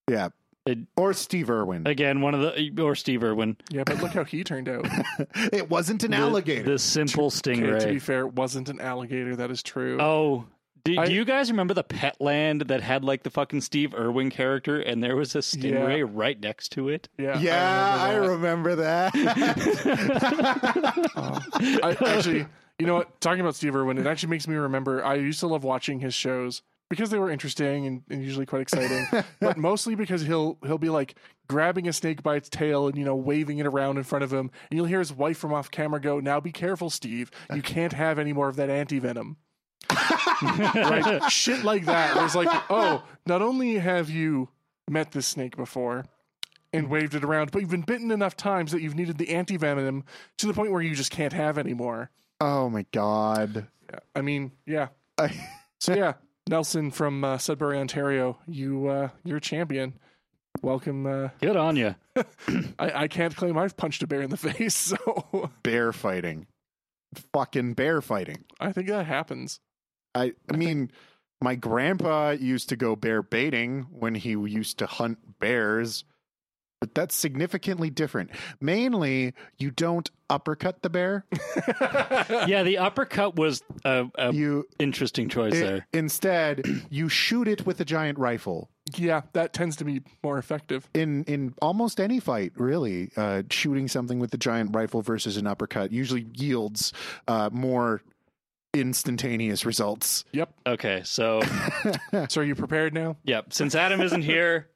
S3: yeah.
S4: It-
S3: or Steve Irwin.
S4: Again, one of the or Steve Irwin,
S1: yeah. But look how he turned out.
S3: it wasn't an
S4: the,
S3: alligator.
S4: the simple
S1: Okay, to be
S4: stingray.
S1: fair, it wasn't an alligator. That is true.
S4: Oh, do, do
S1: I-
S4: you guys remember the Petland that had like the fucking Steve Irwin character, and there was a stingray right next to it?
S1: yeah,
S3: yeah, I
S1: that.
S3: remember that.
S1: I actually, you know what? Talking about Steve Irwin, it actually makes me remember. I used to love watching his shows because they were interesting and, and usually quite exciting, but mostly because he'll he'll be like grabbing a snake by its tail and you know waving it around in front of him, and you'll hear his wife from off camera go, "Now be careful, Steve. You can't have any more of that anti venom." right? Shit like that. Where it's like, oh, not only have you met this snake before and waved it around, but you've been bitten enough times that you've needed the anti venom to the point where you just can't have anymore.
S3: oh my god.
S1: Yeah. I mean, yeah.
S3: I-
S1: So yeah, Nelson from uh, Sudbury, Ontario, you uh, you're a champion. Welcome. Uh,
S4: Good on you.
S1: I, I can't claim I've punched a bear in the face, so
S3: bear fighting. Fucking bear fighting.
S1: I think that happens.
S3: I, I mean, my grandpa used to go bear baiting when he used to hunt bears, but that's significantly different. Mainly, you don't uppercut the bear.
S4: Yeah, the uppercut was a, a
S3: You
S4: interesting choice
S3: i-
S4: there.
S3: instead you shoot it with a giant rifle.
S1: Yeah, that tends to be more effective.
S3: In in almost any fight, really, uh, shooting something with a giant rifle versus an uppercut usually yields uh, more instantaneous results.
S1: Yep.
S4: Okay, so
S1: So are you prepared now?
S4: yep. Since Adam isn't here,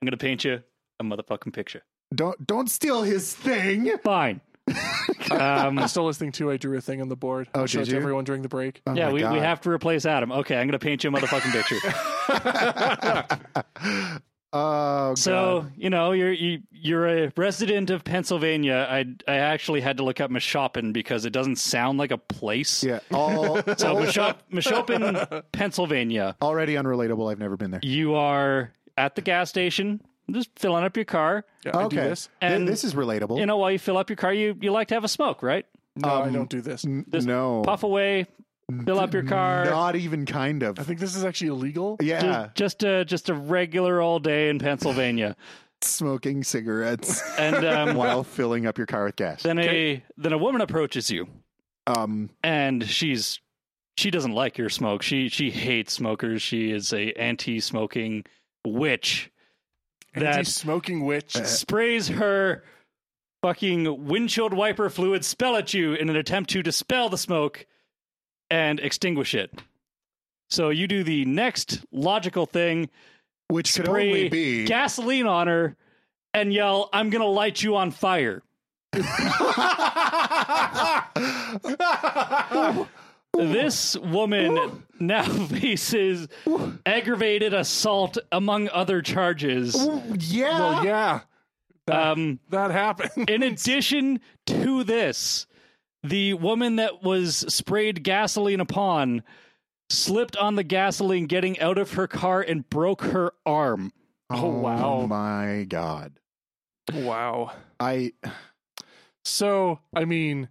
S4: I'm gonna paint you a motherfucking picture.
S3: Don't don't steal his thing.
S4: Fine. Um,
S1: I'm still listening to. I drew a thing on the board.
S3: Oh,
S1: I showed
S3: did
S1: it to
S3: you?
S1: everyone during the break.
S3: Oh
S4: yeah,
S3: my
S4: we, we
S3: God.
S4: have to replace Adam. Okay, I'm gonna paint you a motherfucking picture.
S3: oh,
S4: so you know you're you, you're a resident of Pennsylvania. I I actually had to look up Meshopin because it doesn't sound like a place.
S3: yeah, all
S4: So Meshop, Meshopin, Pennsylvania.
S3: already unrelatable. I've never been there.
S4: You are at the gas station, just filling up your car.
S1: Yeah, I do
S3: Okay,
S1: this.
S3: Th-
S4: And-
S3: this is relatable.
S4: You know, while you fill up your car, you you like to have a smoke, right?
S1: No, I
S3: Um,
S1: don't do this.
S3: N-
S4: this
S3: no,
S4: Puff away, fill up your car.
S3: not even kind of.
S1: I think this is actually illegal.
S3: Yeah,
S4: Just, just a just a regular old day in Pennsylvania,
S3: smoking cigarettes
S4: and um,
S3: while filling up your car with gas.
S4: then a then a woman approaches you.
S3: Um,
S4: and she's she doesn't like your smoke. She she hates smokers. She is a anti-smoking witch that-
S1: Anti-smoking witch.
S3: Uh,
S4: sprays her fucking windshield wiper fluid spell at you in an attempt to dispel the smoke and extinguish it. So you do the next logical thing,
S3: which could
S4: spray
S3: only be
S4: gasoline on her and yell, "I'm going to light you on fire." This woman now faces aggravated assault among other charges.
S3: yeah.
S1: well, yeah,
S4: Um,
S1: that happened.
S4: in addition to this, the woman that was sprayed gasoline upon slipped on the gasoline getting out of her car and broke her arm.
S1: Oh, wow.
S3: Um, my god.
S1: wow.
S3: I
S1: So, I mean,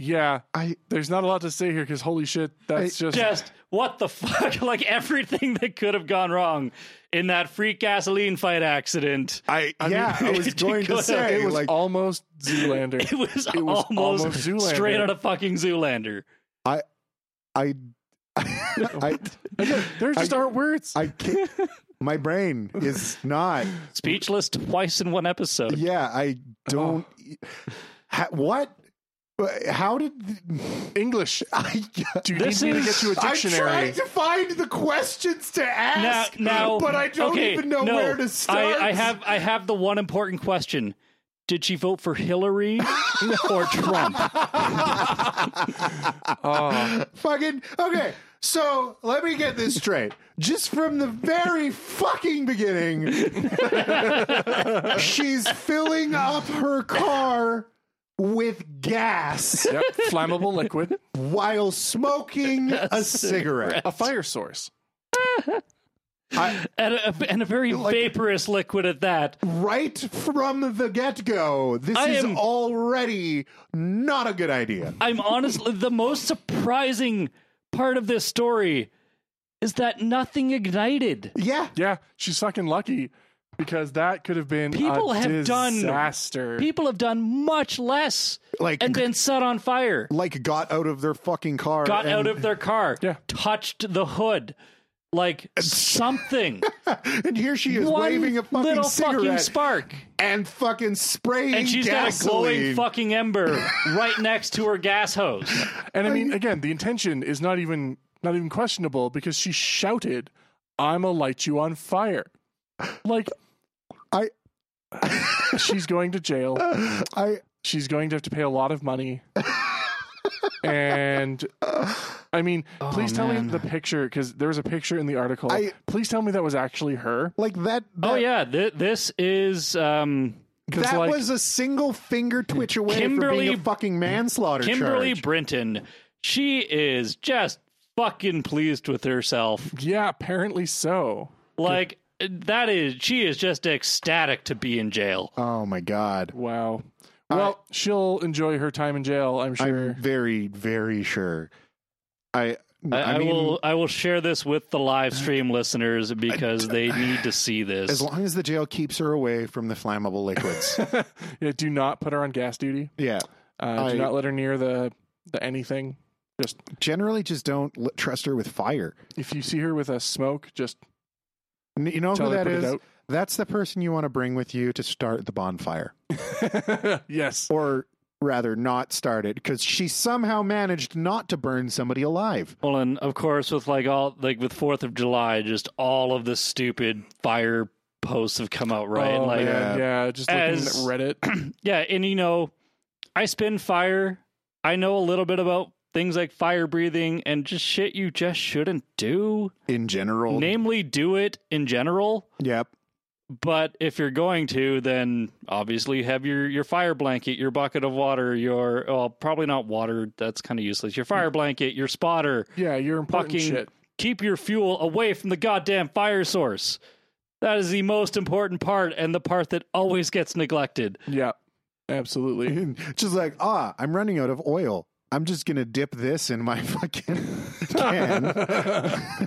S1: yeah,
S3: I
S1: there's not a lot to say here because holy shit, that's just
S4: Just what the fuck? Like everything that could have gone wrong in that freak gasoline fight accident.
S3: I, yeah,
S4: mean,
S3: I was
S4: you
S3: going to
S4: could've-
S3: say
S1: it was
S3: like
S1: almost Zoolander.
S4: It was,
S1: was
S4: almost,
S1: almost Zoolander.
S4: straight out of fucking Zoolander.
S3: I I
S1: there just aren't words.
S3: I can't my brain is not
S4: Speechless twice in one episode.
S3: yeah, I don't ha, e, what But How did
S1: English.
S3: I?
S1: Do you
S4: This
S1: need me to
S4: is-
S1: get you a
S3: I'm
S1: dictionary?
S3: trying to find the questions to
S4: Now,
S3: ask,
S4: now,
S3: but I don't
S4: okay,
S3: even know
S4: no,
S3: where to start.
S4: I, I have, I have the one important question: Did she vote for Hillary or Trump?
S3: fucking okay. So let me get this straight. Just from the very fucking beginning, she's filling up her car with gas
S1: Yep, flammable liquid,
S3: while smoking a cigarette.
S1: a fire source.
S4: and, a, and a very vaporous liquid at that.
S3: Right from the get go, this
S4: I
S3: is
S4: am-
S3: already not a good idea.
S4: I'm honestly the most surprising part of this story is that nothing ignited.
S3: Yeah.
S1: Yeah, she's fucking lucky because that could have been
S4: People
S1: a
S4: have done-
S1: disaster.
S4: People have done much less
S3: Like-
S4: and been set on fire.
S3: Like got out of their fucking car.
S4: Got
S3: and-
S4: out of their car,
S1: Yeah.
S4: touched the hood, like something.
S3: and here she is
S4: One
S3: waving a fucking
S4: little fucking
S3: cigarette
S4: spark.
S3: and fucking spraying
S4: And she's got a glowing
S3: gasoline.
S4: fucking ember right next to her gas hose.
S1: and I mean, again, the intention is not even not even questionable because she shouted, "I'ma light you on fire!" Like
S3: I
S1: she's going to jail.
S3: I
S1: she's going to have to pay a lot of money. and I mean, please tell me the picture because there was a picture in the article.
S3: Oh, I-
S1: please tell me that was actually her.
S3: like that. that
S4: Oh yeah, th- this is um,
S3: that
S1: like-
S3: was a single finger twitch away from
S4: Kimberly-
S3: being a fucking manslaughter
S4: Kimberly
S3: charge.
S4: Brinton. She is just fucking pleased with herself.
S1: Yeah, apparently so.
S4: Like that is she is just ecstatic to be in jail.
S3: Oh my god!
S1: Wow. Well, she'll enjoy her time in jail, I'm sure.
S3: I'm very, very sure. I I,
S4: I, I,
S3: mean,
S4: will I will share this with the live stream listeners because they need to see this.
S3: as long as the jail keeps her away from the flammable liquids,
S1: yeah, do not put her on gas duty.
S3: yeah.
S1: Uh,
S3: I-
S1: do not let her near the the anything. Just
S3: Generally, just don't l- trust her with fire.
S1: if you see her with a smoke, just
S3: N- You know
S1: Tell
S3: who
S1: her
S3: that
S1: to put it
S3: is?
S1: out.
S3: That's the person you want to bring with you to start the bonfire.
S1: yes.
S3: or rather not started because she somehow managed not to burn somebody alive
S4: well, and of course with like all like with Fourth of July, just all of the stupid fire posts have come out right.
S1: Oh,
S4: like
S3: uh,
S1: man, yeah. just looking
S4: As-
S1: at Reddit.
S4: yeah, and you know, I spin fire. I know a little bit about things like fire breathing and just shit you just shouldn't do.
S3: in general.
S4: Namely, do it in general.
S3: Yep.
S4: but if you're going to then obviously have your your fire blanket your bucket of water your well probably not water that's kind of useless your fire blanket your spotter
S1: Yeah, you're important
S4: fucking
S1: shit.
S4: keep your fuel away from the goddamn fire source that is the most important part and the part that always gets neglected
S1: Yeah, absolutely.
S3: Just like, ah, I'm running out of oil. I'm just going to dip this in my fucking can.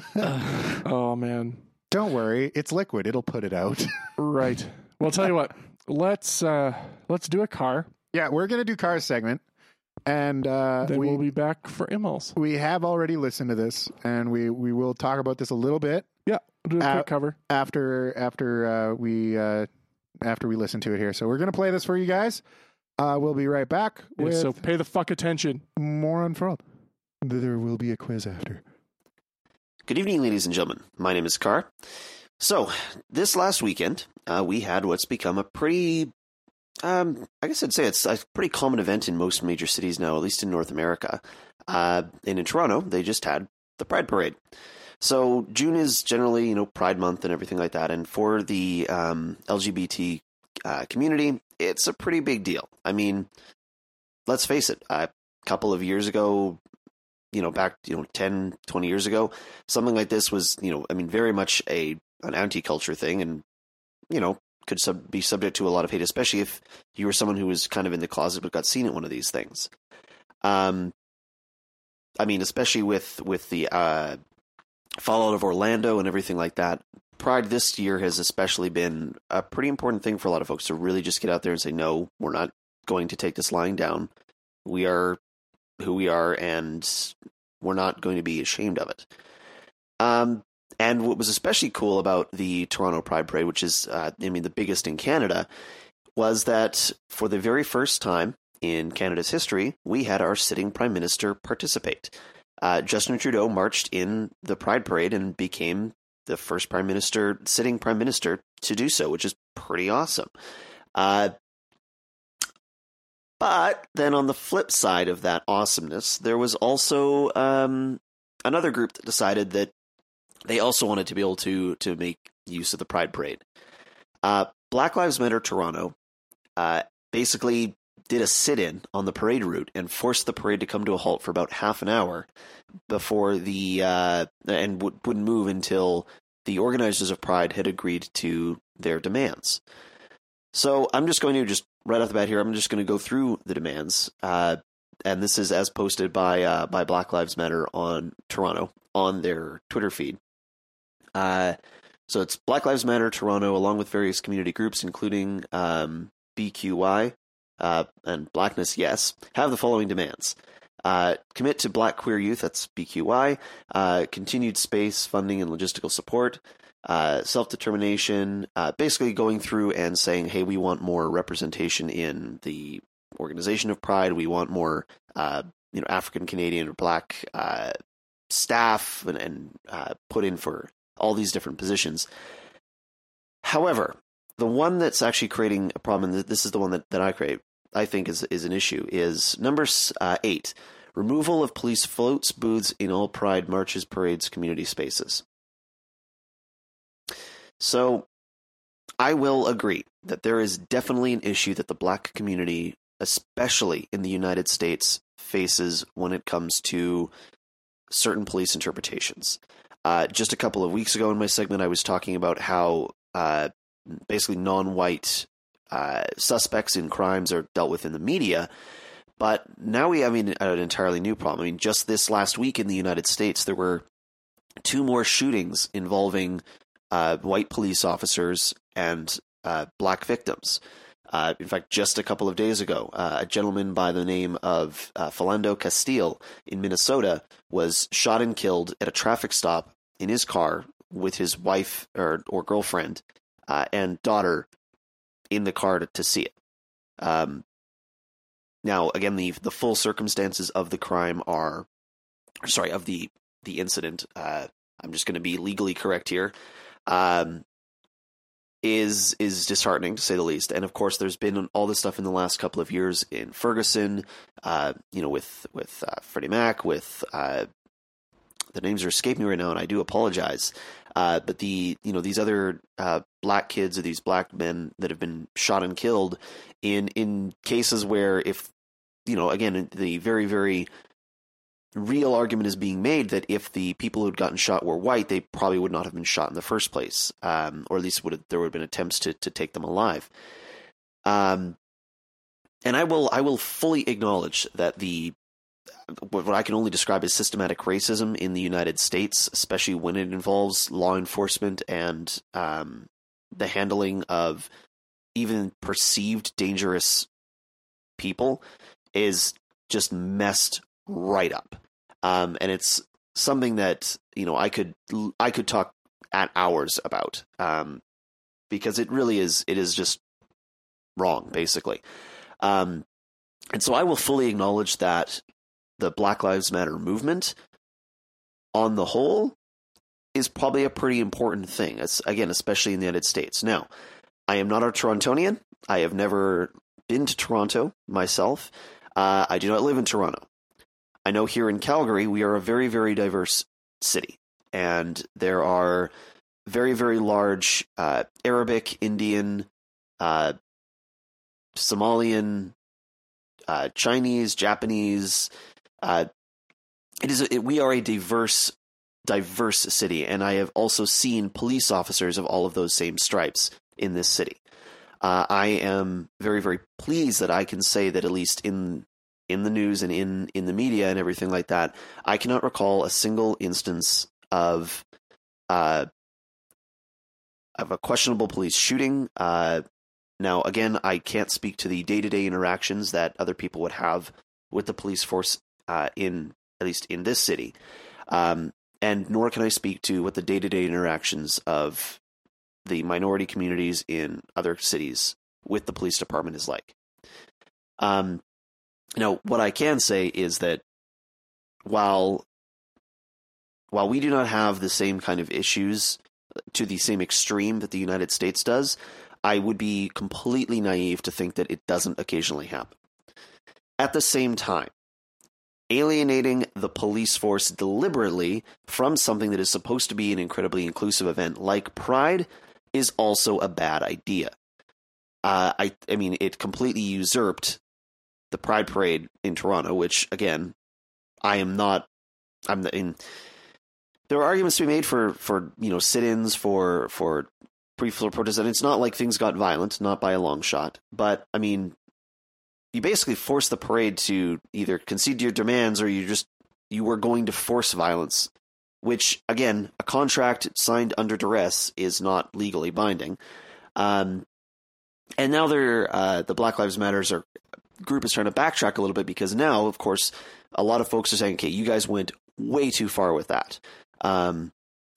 S1: oh man.
S3: Don't worry, it's liquid. It'll put it out.
S1: Right. Well, tell you what. Let's uh let's do a car.
S3: yeah, we're going to do car segment. And uh,
S1: Then
S3: we,
S1: we... will be back for Immels.
S3: we have already listened to this and we, we will talk about this a little bit
S1: Yeah, we'll do a
S3: Uh,
S1: quick cover.
S3: after after uh, we uh, after we listen to it here. So we're going to play this for you guys. Uh, we'll be right back
S1: Yeah,
S3: with
S1: so pay the fuck attention.
S3: more unfurled. There will be a quiz after.
S2: Good evening, ladies and gentlemen. My name is Carr. So, this last weekend, uh, we had what's become a pretty, um, I guess I'd say it's a pretty common event in most major cities now, at least in North America. Uh, and in Toronto, they just had the Pride Parade. So, June is generally, you know, Pride Month and everything like that. And for the um, LGBT uh, community, it's a pretty big deal. I mean, let's face it, a couple of years ago, you know, back, you know, 10, 20 years ago, something like this was, you know, I mean, very much a an anti-culture thing, and you know, could sub- be subject to a lot of hate, especially if you were someone who was kind of in the closet but got seen at one of these things. Um, I mean, especially with with the uh, fallout of Orlando and everything like that. Pride this year has especially been a pretty important thing for a lot of folks to really just get out there and say, no, we're not going to take this lying down. We are who we are, and we're not going to be ashamed of it. Um, and what was especially cool about the Toronto Pride Parade, which is, uh, I mean, the biggest in Canada, was that for the very first time, in Canada's history, we had our sitting prime minister participate. Uh, Justin Trudeau marched in the Pride Parade and became the first prime minister, sitting prime minister, to do so, which is pretty awesome. Uh, but then on the flip side of that awesomeness, there was also um, another group that decided that they also wanted to be able to to make use of the Pride Parade. Uh, Black Lives Matter Toronto uh, basically did a sit-in on the parade route and forced the parade to come to a halt for about half an hour before the uh, and w- wouldn't move until the organizers of Pride had agreed to their demands. So I'm just going to just right off the bat here. I'm just going to go through the demands, uh, and this is as posted by uh, by Black Lives Matter on Toronto on their Twitter feed. Uh, so it's Black Lives Matter Toronto, along with various community groups, including um, BQY uh, and Blackness Yes, have the following demands. Uh, commit to black queer youth, that's BQY, uh, continued space, funding, and logistical support, uh, self determination, uh, basically going through and saying, hey, we want more representation in the organization of Pride. We want more, uh, you know, African Canadian or black uh, staff and, and uh, put in for all these different positions. However, the one that's actually creating a problem, and this is the one that, that I create, I think is is an issue, is number s- uh, eight: removal of police floats, booths in all pride marches, parades, community spaces. So, I will agree that there is definitely an issue that the black community, especially in the United States, faces when it comes to certain police interpretations. Uh, just a couple of weeks ago in my segment, I was talking about how uh, basically non white uh, suspects in crimes are dealt with in the media. But now we have an, an entirely new problem. I mean, just this last week in the United States, there were two more shootings involving uh, white police officers and uh, black victims. Uh, in fact, just a couple of days ago, uh, a gentleman by the name of uh, Philando Castile in Minnesota was shot and killed at a traffic stop in his car with his wife or, or girlfriend uh, and daughter in the car to, to see it. Um, now, again, the the full circumstances of the crime are, sorry, of the the incident. Uh, I'm just going to be legally correct here. Um, is is disheartening to say the least, and of course, there's been all this stuff in the last couple of years in Ferguson. Uh, you know, with with uh, Freddie Mac, with uh, the names are escaping me right now, and I do apologize. Uh, but the you know these other uh, black kids or these black men that have been shot and killed in in cases where if you know again the very very real argument is being made that if the people who'd gotten shot were white, they probably would not have been shot in the first place, um, or at least would have, there would have been attempts to to take them alive. Um, and I will I will fully acknowledge that the what what I can only describe as systematic racism in the United States, especially when it involves law enforcement and um, the handling of even perceived dangerous people, is just messed right up. Um, and it's something that you know I could I could talk at hours about um, because it really is it is just wrong basically. Um, and so I will fully acknowledge that the Black Lives Matter movement on the whole is probably a pretty important thing. It's, again, especially in the United States. Now, I am not a Torontonian. I have never been to Toronto myself. Uh, I do not live in Toronto. I know here in Calgary, we are a very, very diverse city, and there are very, very large uh, Arabic, Indian, uh, Somalian, uh, Chinese, Japanese, uh, it is it, we are a diverse diverse city and i have also seen police officers of all of those same stripes in this city uh, i am very very pleased that i can say that at least in in the news and in in the media and everything like that i cannot recall a single instance of uh of a questionable police shooting uh now again i can't speak to the day-to-day interactions that other people would have with the police force uh, in at least in this city, um, and nor can I speak to what the day to day interactions of the minority communities in other cities with the police department is like. Um, Now, what I can say is that while while we do not have the same kind of issues to the same extreme that the United States does, I would be completely naive to think that it doesn't occasionally happen. At the same time, alienating the police force deliberately from something that is supposed to be an incredibly inclusive event like Pride is also a bad idea. Uh, I, I mean, it completely usurped the Pride Parade in Toronto, which again, I am not. I'm the, in. There are arguments to be made for for you know sit-ins for for pre-floor protests, and it's not like things got violent, not by a long shot. But I mean, you basically forced the parade to either concede to your demands or you just you were going to force violence, which again, a contract signed under duress is not legally binding. Um, and now they're uh, the Black Lives Matters are group is trying to backtrack a little bit because now, of course, a lot of folks are saying, okay, you guys went way too far with that. Um,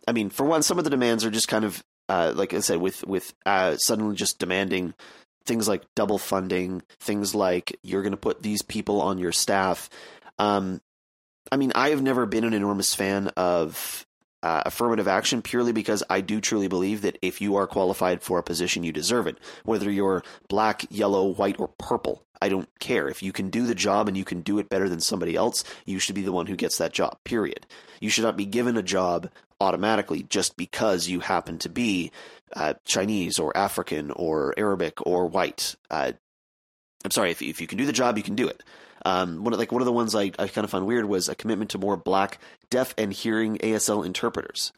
S2: I mean, for one, some of the demands are just kind of, uh, like I said, with, with uh, suddenly just demanding things like double funding, things like you're going to put these people on your staff. Um, I mean, I have never been an enormous fan of uh, affirmative action purely because I do truly believe that if you are qualified for a position, you deserve it. Whether you're black, yellow, white, or purple, I don't care. If you can do the job and you can do it better than somebody else, you should be the one who gets that job, period. You should not be given a job automatically just because you happen to be uh, Chinese or African or Arabic or white. Uh, I'm sorry, if, if you can do the job, you can do it. Um, one of, like one of the ones I, I kind of found weird was a commitment to more black deaf and hearing ASL interpreters.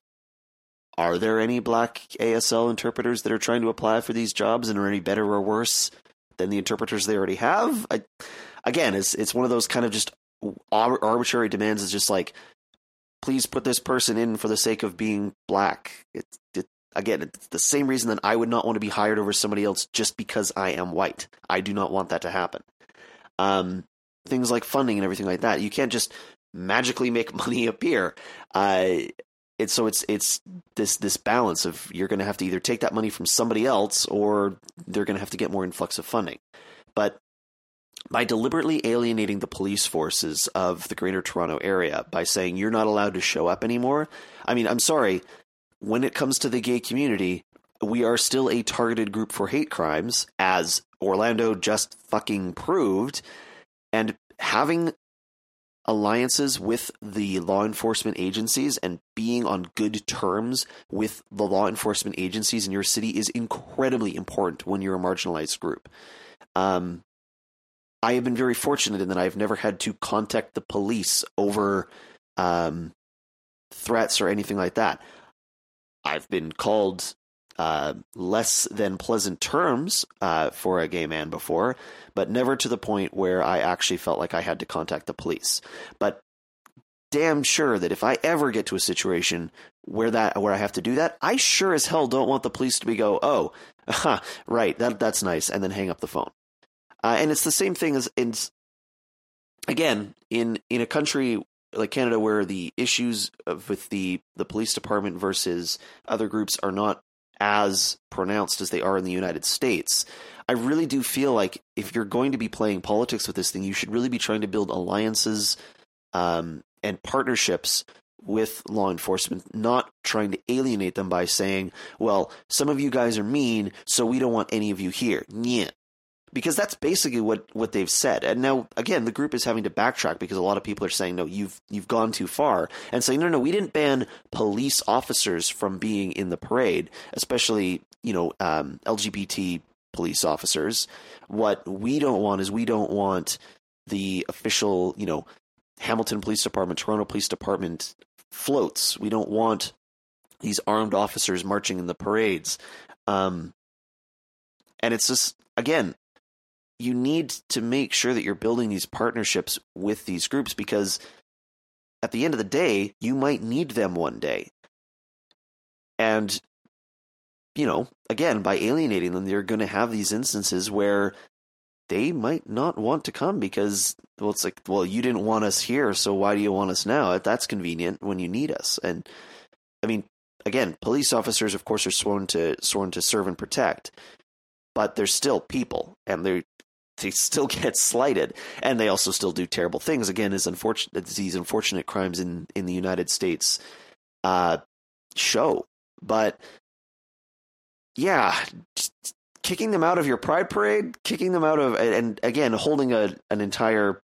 S2: Are there any black ASL interpreters that are trying to apply for these jobs and are any better or worse than the interpreters they already have? I, again, it's it's one of those kind of just ar- arbitrary demands. It's just like, please put this person in for the sake of being black. It, it, again, it's the same reason that I would not want to be hired over somebody else just because I am white. I do not want that to happen. Um, things like funding and everything like that. You can't just magically make money appear. Uh, it's so it's it's this this balance of you're going to have to either take that money from somebody else or they're going to have to get more influx of funding. But by deliberately alienating the police forces of the Greater Toronto Area by saying you're not allowed to show up anymore, I mean, I'm sorry. When it comes to the gay community, we are still a targeted group for hate crimes, as Orlando just fucking proved. And having alliances with the law enforcement agencies and being on good terms with the law enforcement agencies in your city is incredibly important when you're a marginalized group. Um, I have been very fortunate in that I've never had to contact the police over um, threats or anything like that. I've been called uh, less than pleasant terms uh, for a gay man before, but never to the point where I actually felt like I had to contact the police. But damn sure that if I ever get to a situation where that where I have to do that, I sure as hell don't want the police to be go, oh, aha, right, that that's nice, and then hang up the phone. Uh, and it's the same thing as in again in in a country like Canada where the issues of, with the the police department versus other groups are not as pronounced as they are in the United States. I really do feel like if you're going to be playing politics with this thing, you should really be trying to build alliances um, and partnerships with law enforcement, not trying to alienate them by saying, well, some of you guys are mean, so we don't want any of you here. Yeah. Because that's basically what, what they've said. And now again, the group is having to backtrack because a lot of people are saying, no, you've you've gone too far and saying, no, no, we didn't ban police officers from being in the parade, especially, you know, um, LGBT police officers. What we don't want is we don't want the official, you know, Hamilton Police Department, Toronto Police Department floats. We don't want these armed officers marching in the parades. Um, and it's just again, you need to make sure that you're building these partnerships with these groups because at the end of the day, you might need them one day. And, you know, again, by alienating them, you're going to have these instances where they might not want to come because, well, it's like, well, you didn't want us here, so why do you want us now? That's convenient when you need us. And, I mean, again, police officers, of course, are sworn to sworn to serve and protect, but they're still people, and they're they still get slighted, and they also still do terrible things. Again, is unfortunate these unfortunate crimes in in the United States uh, show, but yeah, just kicking them out of your pride parade, kicking them out of, and- and again, holding a an entire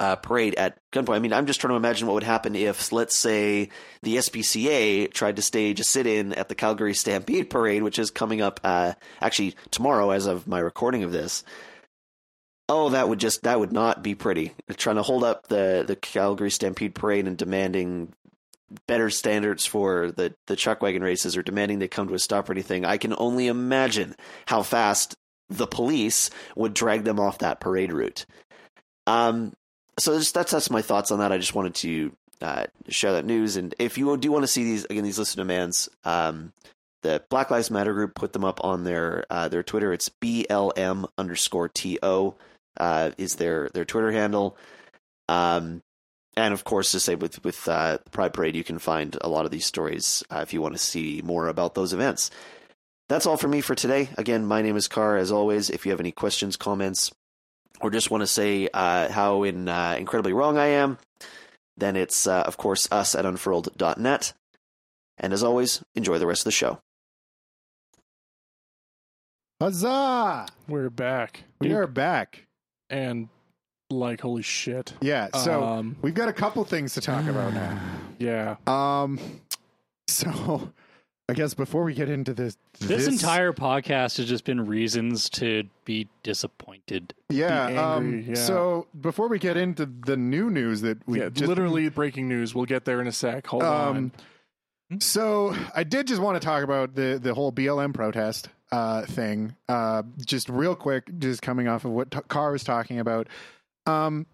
S2: uh, parade at gunpoint. I mean, I'm just trying to imagine what would happen if, let's say, the SPCA tried to stage a sit-in at the Calgary Stampede Parade, which is coming up uh, actually tomorrow, as of my recording of this. Oh, that would just that would not be pretty. Trying to hold up the the Calgary Stampede Parade and demanding better standards for the the chuck wagon races or demanding they come to a stop or anything. I can only imagine how fast the police would drag them off that parade route. Um, so just, that's that's my thoughts on that. I just wanted to uh, share that news. And if you do want to see these again, these list of demands, um, the Black Lives Matter group put them up on their uh, their Twitter. It's BLM underscore to uh, is their their Twitter handle. Um, and of course, to say with with uh, Pride Parade, you can find a lot of these stories uh, if you want to see more about those events. That's all for me for today. Again, my name is Carr. As always, if you have any questions, comments, or just want to say uh, how in, uh, incredibly wrong I am, then it's, uh, of course, us at unfurled.net. And as always, enjoy the rest of the show.
S3: Huzzah!
S1: We're back.
S3: We are back.
S1: And like, holy shit.
S3: Yeah. So
S1: Um,
S3: we've got a couple things to talk about now.
S1: yeah.
S3: Um, so I guess before we get into this,
S4: This, entire podcast has just been reasons to be disappointed.
S3: yeah,
S1: Be
S3: um,
S1: angry, yeah.
S3: So before we get into the new news that we
S1: yeah.
S3: just,
S1: literally breaking news. We'll get there in a sec. Hold on. Hmm?
S3: Um, So I did just want to talk about the the whole BLM protest uh, thing, uh, just real quick, just coming off of what t- Carr was talking about. Um,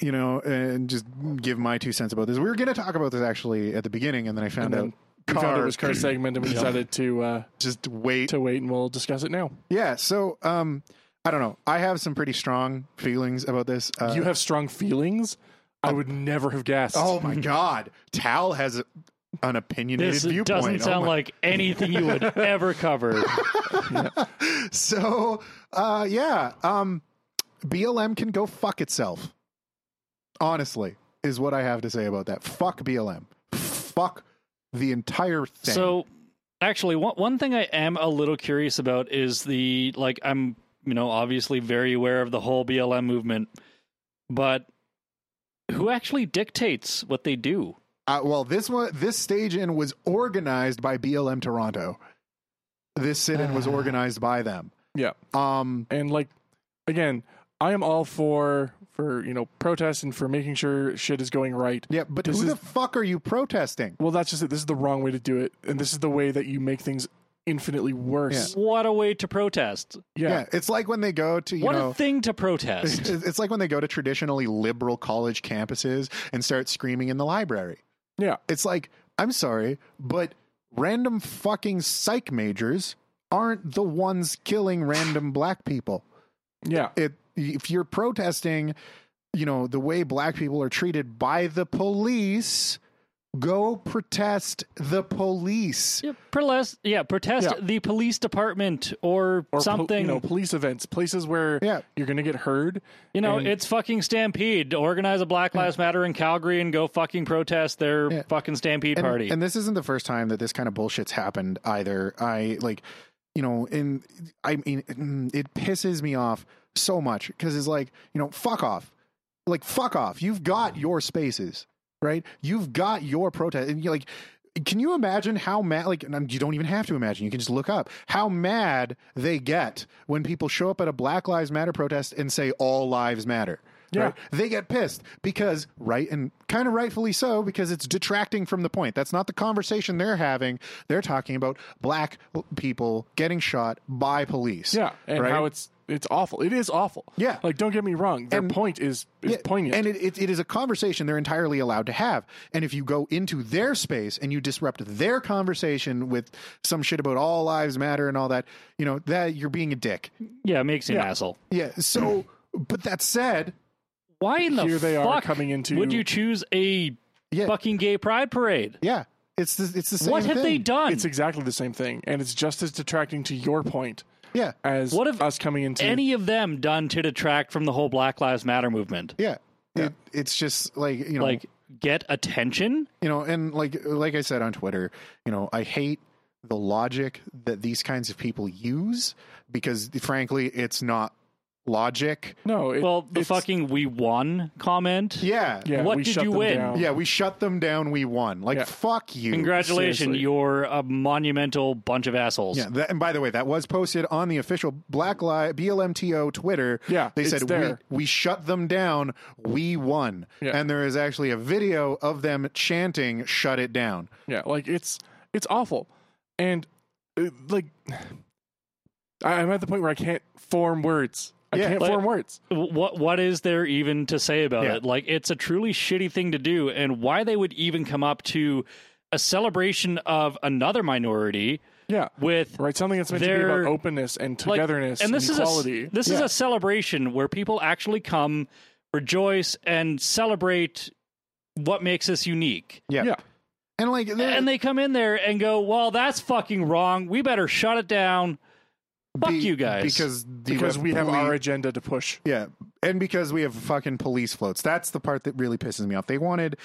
S3: you know, and just give my two cents about this. We were going to talk about this actually at the beginning, and then I
S1: And
S3: found
S1: then
S3: out
S1: we found it
S3: Carr-
S1: was Car's segment, and we decided to uh,
S3: just wait
S1: to wait, and we'll discuss it now.
S3: Yeah. So, um, I don't know. I have some pretty strong feelings about this. Uh,
S1: you have strong feelings. I would never have guessed.
S3: oh my God, Tal has a, an opinionated
S4: This
S3: viewpoint.
S4: doesn't
S3: Oh
S4: sound
S3: my-
S4: like anything you would ever cover.
S3: so. Uh, yeah. Um, BLM can go fuck itself. Honestly, is what I have to say about that. Fuck BLM. Fuck the entire thing.
S4: So, actually, one one thing I am a little curious about is the like I'm you know obviously very aware of the whole BLM movement, but who actually dictates what they do?
S3: Uh, well, this one, this stage in was organized by BLM Toronto. This sit-in was organized by them.
S1: Yeah.
S3: Um.
S1: and like again i am all for for you know protests and for making sure shit is going right
S3: Yeah, but
S1: This
S3: who
S1: is-
S3: the fuck are you protesting?
S1: well that's just it this is the wrong way to do it and this is the way that you make things infinitely worse
S4: What a way to protest!
S1: yeah,
S3: Yeah. it's like when they go to you
S4: what
S3: know.
S4: a thing to protest!
S3: it's it's like when they go to traditionally liberal college campuses and start screaming in the library.
S1: Yeah.
S3: It's like, I'm sorry, but random fucking psych majors aren't the ones killing random black people.
S1: yeah
S3: It if you're protesting, you know, the way black people are treated by the police, go protest the police.
S4: Yeah, protest, yeah, protest
S1: Yeah.
S4: the police department or,
S1: Or po-
S4: something.
S1: you know police events places where
S3: Yeah.
S1: you're gonna get heard
S4: You know,
S1: And-
S4: it's fucking Stampede. Organize a Black Lives Matter in Calgary and go fucking protest their
S3: Yeah.
S4: fucking Stampede
S3: and,
S4: party.
S3: and this isn't the first time that this kind of bullshit's happened either. I like, you know, in I mean, mm, it pisses me off so much because it's like, you know, fuck off, like fuck off. You've got your spaces, right? You've got your protest, and you like. Can you imagine how mad? Like, and you don't even have to imagine. You can just look up how mad they get when people show up at a Black Lives Matter protest and say all lives matter.
S1: Yeah.
S3: right? they get pissed because right and kind of rightfully so because it's detracting from the point that's not the conversation they're having they're talking about black people getting shot by police
S1: yeah and
S3: right?
S1: how it's it's awful it is awful
S3: Yeah.
S1: like don't get me wrong their
S3: And-
S1: point is is
S3: Yeah,
S1: poignant
S3: and it, it, it is a conversation they're entirely allowed to have and if you go into their space and you disrupt their conversation with some shit about all lives matter and all that you know that you're being a dick
S4: yeah, it makes you an asshole.
S3: yeah so but that said
S4: Why in the
S1: Here they are
S4: fuck
S1: coming into-
S4: would you choose a
S3: Yeah.
S4: fucking gay pride parade?
S3: yeah it's the, it's the same
S4: What have
S3: thing.
S4: they done?
S1: it's exactly the same thing and it's just as detracting to your point
S3: Yeah.
S1: as
S4: What if
S1: us coming into
S4: Any of them done to detract from the whole Black Lives Matter movement?
S3: Yeah. It, it's just like, you know,
S4: Like, get attention?
S3: you know, and like, like I said on Twitter, you know, I hate the logic that these kinds of people use because frankly, it's not logic.
S1: no it,
S4: well, the
S1: it's-
S4: fucking we won comment.
S3: Yeah.
S1: yeah,
S4: what
S1: we
S4: did
S1: shut
S4: you
S1: them
S4: win?
S1: down.
S3: Yeah, we shut them down. We won. Like,
S1: Yeah.
S3: fuck you.
S4: Congratulations,
S1: Seriously.
S4: you're a monumental bunch of assholes.
S3: Yeah, that, and by the way, that was posted on the official Black Li- BLMTO Twitter.
S1: Yeah,
S3: they
S1: it's
S3: said
S1: there.
S3: we we shut them down. We won,
S1: Yeah.
S3: and there is actually a video of them chanting "Shut it down."
S1: Yeah, like it's it's awful, and uh, like I- I'm at the point where I can't form words. I
S3: Yeah.
S1: can't
S4: Like-
S1: form words.
S4: W- What what is there even to say about
S3: Yeah.
S4: it? Like it's a truly shitty thing to do and why they would even come up to a celebration of another minority
S1: Yeah,
S4: with
S1: right. Something that's meant to be
S4: They're-
S1: about openness and
S4: like,
S1: togetherness
S4: and this is
S1: equality.
S4: a, this is
S1: Yeah.
S4: a celebration where people actually come rejoice and celebrate what makes us unique.
S3: Yeah,
S1: yeah.
S3: and like they're-
S4: And they come in there and go, "Well, that's fucking wrong. We better shut it down." Fuck
S3: be-
S4: you guys.
S3: because the e
S1: because we have
S3: poli-
S1: our agenda to push.
S3: yeah, and because we have fucking police floats. That's the part that really pisses me off. They wanted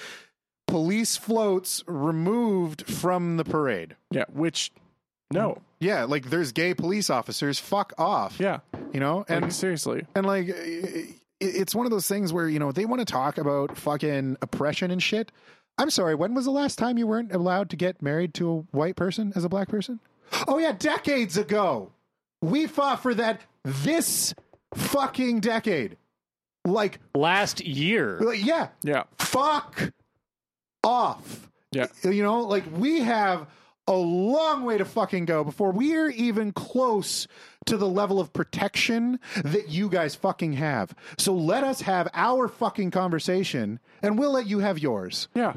S3: police floats removed from the parade.
S1: Yeah, which no,
S3: Yeah, like there's gay police officers. Fuck off.
S1: yeah,
S3: you know, and
S1: like, seriously,
S3: and like i- i- it's one of those things where you know they want to talk about fucking oppression and shit i'm sorry when was the last time you weren't allowed to get married to a white person as a black person oh yeah decades ago we fought for that this fucking decade like,
S4: last year.
S3: like yeah
S1: yeah,
S3: fuck off
S1: yeah,
S3: you know like we have a long way to fucking go before we're even close to the level of protection that you guys fucking have so let us have our fucking conversation and we'll let you have yours
S1: yeah.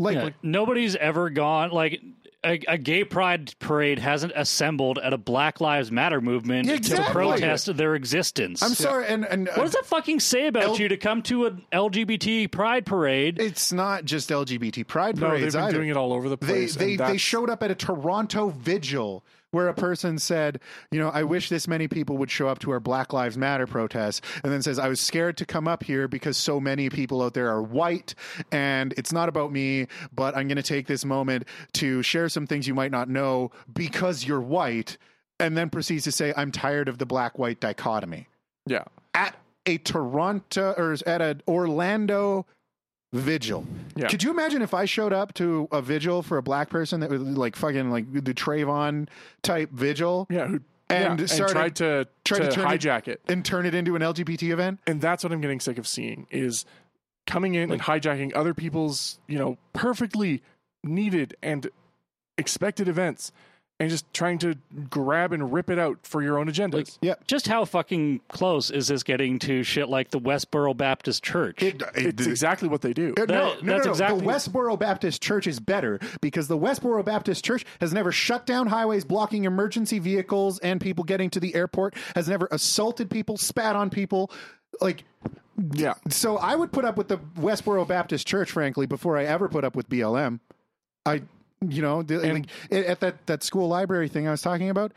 S3: like
S4: Yeah, nobody's ever gone like a, a gay pride parade hasn't assembled at a Black Lives Matter movement
S3: Yeah,
S4: to
S3: exactly.
S4: protest their existence.
S3: i'm sorry and and
S4: what does that fucking say about
S3: L-
S4: you to come to an LGBT pride parade?
S3: it's not just lgbt pride
S1: No, they've
S3: parades
S1: been
S3: either.
S1: doing it all over the
S3: they
S1: place. and
S3: they, they
S1: that's-
S3: showed up at a Toronto vigil where a person said, you know, I wish this many people would show up to our Black Lives Matter protest, and then says, I was scared to come up here because so many people out there are white, and it's not about me, but I'm going to take this moment to share some things you might not know because you're white, and then proceeds to say, I'm tired of the black white dichotomy
S1: yeah,
S3: at a Toronto or at a Orlando vigil.
S1: Yeah.
S3: Could you imagine if I showed up to a vigil for a black person that was like fucking like the Trayvon type vigil
S1: yeah, who, yeah,
S3: And started-
S1: tried to
S3: tried to
S1: to,
S3: turn it-
S1: hijack it.
S3: and turn it into an LGBT event?
S1: and that's what I'm getting sick of seeing is coming in and hijacking other people's, you know, perfectly needed and expected events and just trying to grab and rip it out for your own agendas.
S3: Yep.
S4: Just how fucking close is this getting to shit like the Westboro Baptist Church?
S1: it's exactly what they do.
S3: Uh, no,
S4: That-
S3: no,
S4: that's
S3: no, no.
S4: exactly-
S3: The Westboro Baptist Church is better because the Westboro Baptist Church has never shut down highways, blocking emergency vehicles and people getting to the airport, has never assaulted people, spat on people. Like,
S1: yeah.
S3: so I would put up with the Westboro Baptist Church, frankly, before I ever put up with BLM. I, you know, the, like, at at that that school library thing I was talking about,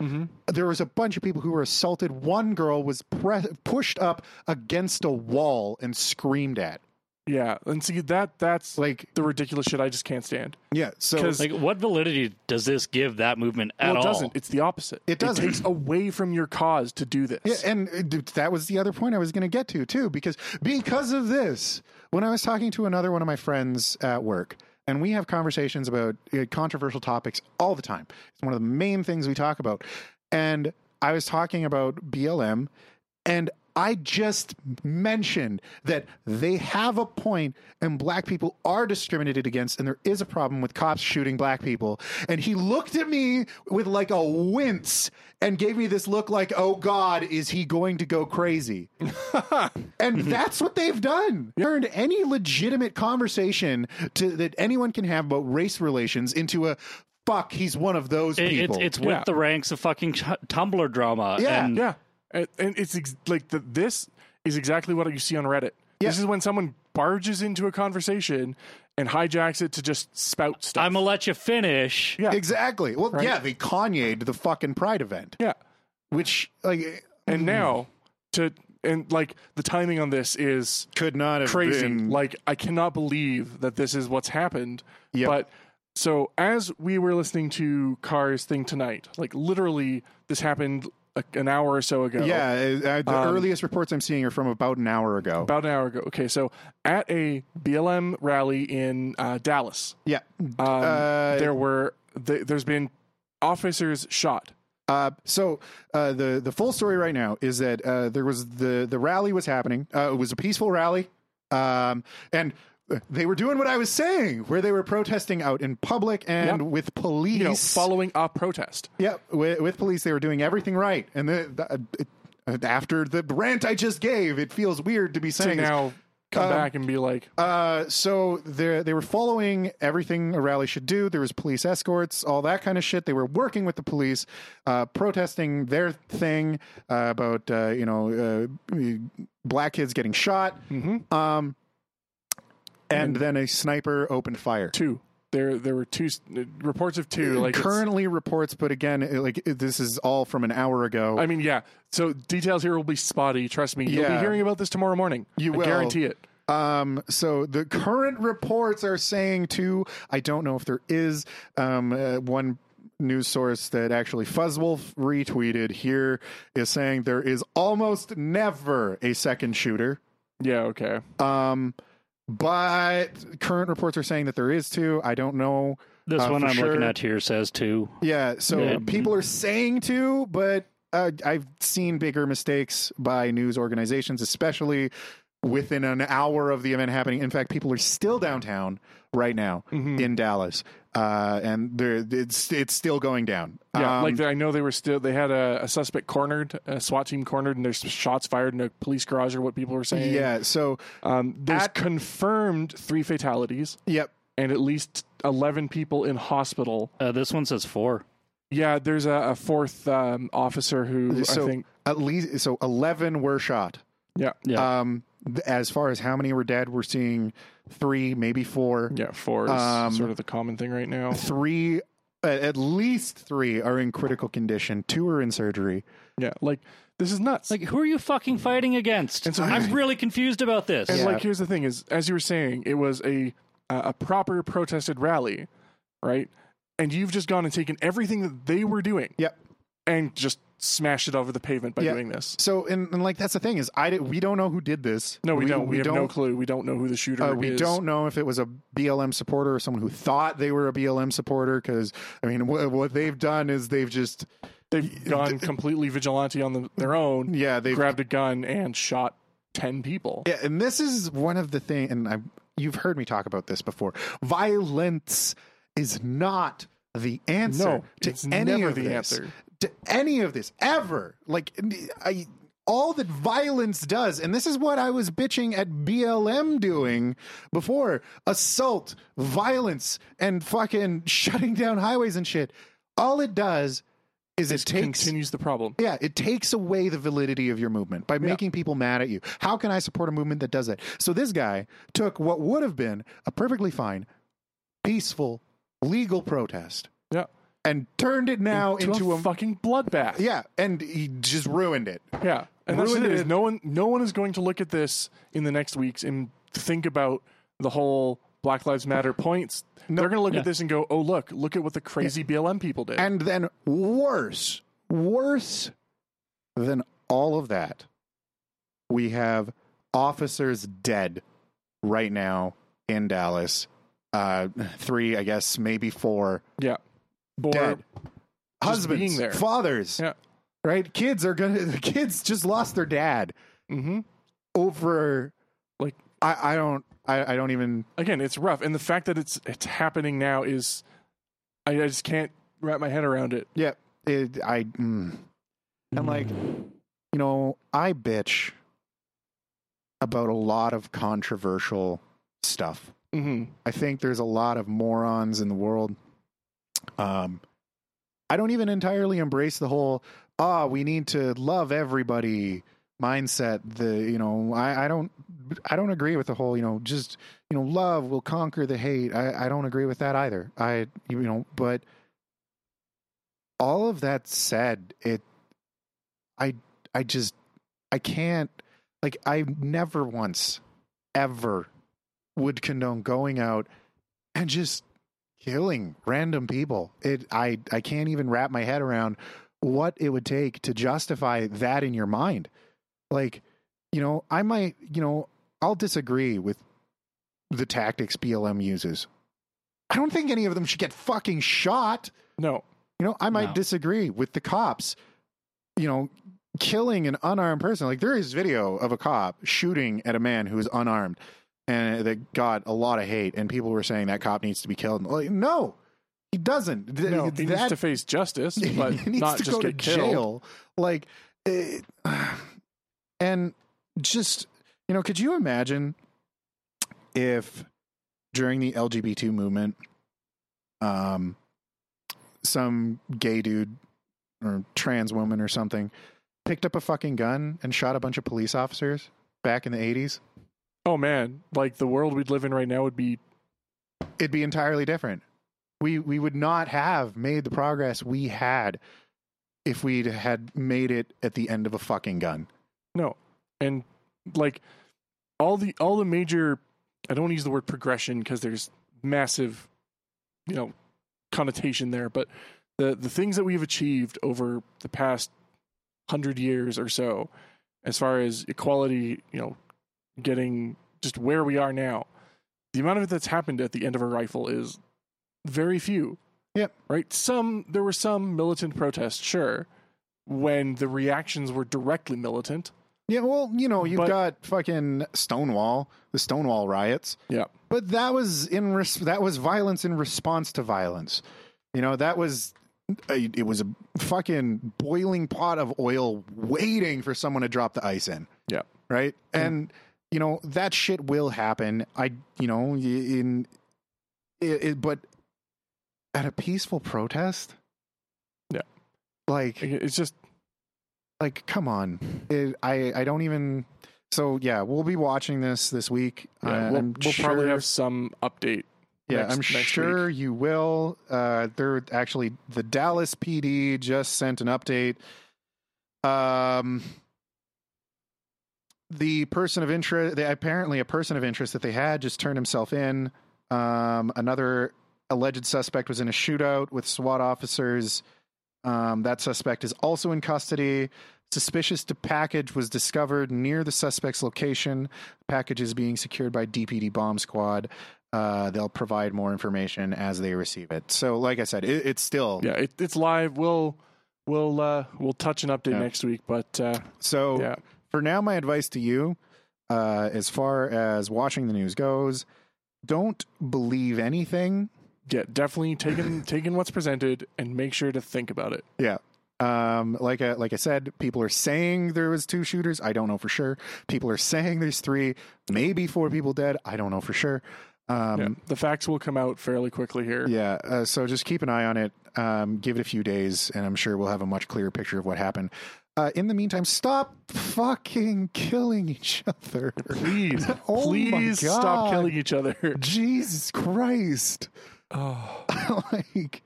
S3: there was a bunch of people who were assaulted. One girl was pre- pushed up against a wall and screamed at.
S1: Yeah. And see that that's like
S3: Like,
S1: the ridiculous shit I just can't stand.
S3: yeah, so
S1: 'Cause-
S4: like what validity does this give that movement at
S1: well, it
S4: all?
S1: doesn't. It's the opposite.
S3: It doesn't.
S1: It takes away from your cause to do this.
S3: Yeah, and uh, dude, that was the other point I was going to get to too, because because of this, when I was talking to another one of my friends at work, and we have conversations about uh, controversial topics all the time. It's one of the main things we talk about. And I was talking about BLM, and I just mentioned that they have a point and black people are discriminated against and there is a problem with cops shooting black people. And he looked at me with like a wince and gave me this look like, oh God, is he going to go crazy? and that's what they've done. Turned any legitimate conversation to, that anyone can have about race relations into a fuck, he's one of those
S4: It-
S3: people.
S4: it's, it's with
S1: Yeah.
S4: the ranks of fucking t- Tumblr drama.
S3: Yeah.
S4: and
S1: Yeah, and, and it's ex- like the, this is exactly what you see on Reddit.
S3: Yeah.
S1: This is when someone barges into a conversation and hijacks it to just spout stuff.
S4: I'm gonna let you finish.
S1: yeah,
S3: exactly. Well, yeah, they Kanye'd the fucking pride event.
S1: yeah,
S3: which like
S1: And now to and like the timing on this is
S3: could not have
S1: crazy.
S3: been
S1: Like I cannot believe that this is what's happened.
S3: Yep.
S1: But so as we were listening to Cars thing tonight, like literally this happened a, an hour or so ago.
S3: yeah, uh, the
S1: Um,
S3: earliest reports I'm seeing are from about an hour ago.
S1: About an hour ago. Okay, so at a BLM rally in uh, Dallas,
S3: yeah,
S1: um,
S3: Uh,
S1: there were th- there's been officers shot.
S3: Uh, so uh, the the full story right now is that uh, there was the the rally was happening. Uh, it was a peaceful rally, um, and they were doing what I was saying, where they were protesting out in public and
S1: Yep.
S3: with police.
S1: You know, following a protest.
S3: Yep, with, with police, they were doing everything right. And the, the, uh, it, after the rant I just gave, it feels weird to be
S1: To
S3: saying this.
S1: now come back and be like,
S3: Uh, so they they were following everything a rally should do. There was police escorts, all that kind of shit. They were working with the police, uh, protesting their thing uh, about uh, you know uh, black kids getting shot.
S1: Mm-hmm.
S3: Um, and then a sniper opened fire.
S1: two. There there were two s- uh, reports of two. Like it's-
S3: Currently reports, but again, it- like it- this is all from an hour ago.
S1: I mean, yeah. So details here will be spotty. Trust me. You'll be
S3: Yeah.
S1: hearing about this tomorrow morning.
S3: You
S1: I
S3: will.
S1: guarantee it.
S3: Um, so the current reports are saying two. I don't know if there is um, uh, one news source that actually Fuzzwolf retweeted here is saying there is almost never a second shooter.
S1: Yeah. Okay.
S3: Um, but current reports are saying that there is two. I don't know.
S4: This
S3: Uh,
S4: one
S3: for
S4: I'm
S3: sure.
S4: looking at here says two.
S3: Yeah, so
S4: Yeah.
S3: people are saying two, but uh, I've seen bigger mistakes by news organizations, especially within an hour of the event happening. In fact, people are still downtown right now
S1: Mm-hmm.
S3: in Dallas, uh, and they're, it's it's still going down.
S1: Yeah.
S3: Um,
S1: like I know they were still. They had a, a suspect cornered, a SWAT team cornered, and there's shots fired in a police garage, or what people were saying.
S3: yeah. So,
S1: Um, there's
S3: At-
S1: confirmed three fatalities
S3: yep.
S1: and at least eleven people in hospital.
S4: Uh, this one says four.
S1: Yeah. There's a, a fourth um, officer who
S3: So
S1: I think.
S3: at least so eleven were shot.
S1: Yeah.
S4: Yeah.
S3: Um, th- as far as how many were dead, we're seeing three, maybe four.
S1: Yeah. Four is
S3: Um,
S1: sort of the common thing right now.
S3: three uh, at least three are in critical condition two are in surgery
S1: Yeah. Like this is nuts.
S4: Like, who are you fucking fighting against?
S1: And so-
S4: I'm really confused about this.
S1: And
S3: Yeah.
S1: like, here's the thing: is as you were saying, it was a uh, a proper protested rally, right? And you've just gone and taken everything that they were doing,
S3: Yep.
S1: and just smashed it over the pavement by
S3: Yeah.
S1: doing this.
S3: so and, and like that's the thing is i di- we don't know who did this
S1: No, we, don't. We, have no clue. We don't know who the shooter
S3: uh,
S1: is.
S3: we don't know if it was a blm supporter or someone who thought they were a blm supporter because i mean wh- what they've done is they've just
S1: They've gone completely vigilante on the, their own.
S3: yeah they've
S1: grabbed a gun and shot ten people.
S3: Yeah, and this is one of the things, and I, you've heard me talk about this before. Violence is not the answer
S1: No,
S3: to
S1: it's
S3: any
S1: never
S3: of
S1: the
S3: this.
S1: answer.
S3: To any of this ever, like I, all that violence does, and this is what I was bitching at BLM doing before: assault, violence, and fucking shutting down highways and shit. All it does is it takes
S1: Continues the problem.
S3: yeah, it takes away the validity of your movement by making people mad at you. How can I support a movement that does that? So this guy took what would have been a perfectly fine, peaceful, legal protest
S1: Yeah,
S3: and turned it now
S1: to
S3: into,
S1: a,
S3: a,
S1: fucking bloodbath.
S3: yeah, and he just ruined it.
S1: Yeah, and that's
S3: Ruined
S1: it. Is
S3: it.
S1: no one, no one is going to look at this in the next weeks and think about the whole Black Lives Matter points. They're going to look at this and go, "Oh, look, look at what the crazy BLM people did."
S3: And then worse, worse than all of that, we have officers dead right now in Dallas. Uh, three, I guess, maybe four.
S1: yeah, Or-
S3: dead.
S1: just
S3: Husbands,
S1: being there.
S3: fathers,
S1: Yeah.
S3: right? Kids are gonna. The kids just lost their dad
S1: mhm.
S3: over.
S1: Like-
S3: I, I don't. I, I don't even.
S1: Again, it's rough, and the fact that it's it's happening now is, I, I just can't wrap my head around it.
S3: Yeah. It, I. Mm. And like, you know, I bitch about a lot of controversial stuff.
S1: hmm
S3: I think there's a lot of morons in the world. Um, I don't even entirely embrace the whole "ah, we need to love everybody" mindset. The you know, I, I don't, I don't agree with the whole you know, just you know, love will conquer the hate. I, I don't agree with that either. I you know, but all of that said, it I I just I can't like I never once ever would condone going out and just killing random people. It I I can't even wrap my head around what it would take to justify that in your mind. Like, you know, I might, you know, I'll disagree with the tactics BLM uses. I don't think any of them should get fucking shot.
S1: No,
S3: You know, I might
S4: No.
S3: disagree with the cops, you know, killing an unarmed person. Like there is video of a cop shooting at a man who is unarmed and that got a lot of hate and people were saying that cop needs to be killed. Like no. He doesn't. Th-
S1: no, he needs
S3: that-
S1: to face justice, but
S3: he needs
S1: not
S3: to
S1: just
S3: go to
S1: get killed.
S3: jail. Like, it, and just you know, could you imagine if during the LGBT movement, um, some gay dude or trans woman or something picked up a fucking gun and shot a bunch of police officers back in the eighties?
S1: Oh man, like the world we'd live in right now would be
S3: it'd be entirely different. We we would not have made the progress we had if we'd had made it at the end of a fucking gun.
S1: no, and like all the all the major. I don't want to use the word progression because there's massive, you know, connotation there. But the the things that we've achieved over the past hundred years or so, as far as equality, you know, getting just where we are now, the amount of it that's happened at the end of a rifle is very few.
S3: Yep.
S1: Right. Some there were some militant protests, sure, when the reactions were directly militant.
S3: Yeah, well, you know, you've
S1: But-
S3: got fucking Stonewall, the Stonewall riots.
S1: Yeah.
S3: But that was in res- that was violence in response to violence. You know, that was a, it was a fucking boiling pot of oil waiting for someone to drop the ice in.
S1: Yeah. Hmm.
S3: Right? And you know, that shit will happen. I you know, y- in it, it, but at a peaceful protest?
S1: Yeah.
S3: Like
S1: It's just
S3: like come on it, i i don't even so yeah we'll be watching this this week
S1: yeah,
S3: Uh,
S1: we'll,
S3: i'm
S1: we'll
S3: sure
S1: probably have some update.
S3: yeah
S1: next-
S3: i'm
S1: next
S3: sure
S1: week.
S3: you will uh they're actually the dallas pd just sent an update um the person of interest they, apparently a person of interest that they had just turned himself in um another alleged suspect was in a shootout with swat officers um, that suspect is also in custody. Suspicious to package was discovered near the suspect's location. Package is being secured by DPD Bomb Squad. Uh, they'll provide more information as they receive it. So, like I said, it, it's still
S1: Yeah, it, it's live. We'll we'll uh, we'll touch an update
S3: Yeah. Oh.
S1: next week, but uh,
S3: so.
S1: yeah,
S3: for now, my advice to you, uh, as far as watching the news goes, don't believe anything.
S1: yeah, definitely taking taking what's presented and make sure to think about it.
S3: Yeah. Um, like I, like I said, people are saying there was two shooters. I don't know for sure. People are saying there's three, maybe four people dead. I don't know for sure. Um,
S1: yeah. The facts will come out fairly quickly here.
S3: Yeah. Uh, so just keep an eye on it. Um, give it a few days, and I'm sure we'll have a much clearer picture of what happened. Uh, in the meantime, stop fucking killing each other.
S1: Please,
S3: Oh my
S1: please stop
S3: God.
S1: killing each other.
S3: Jesus Christ.
S1: Oh,
S3: like,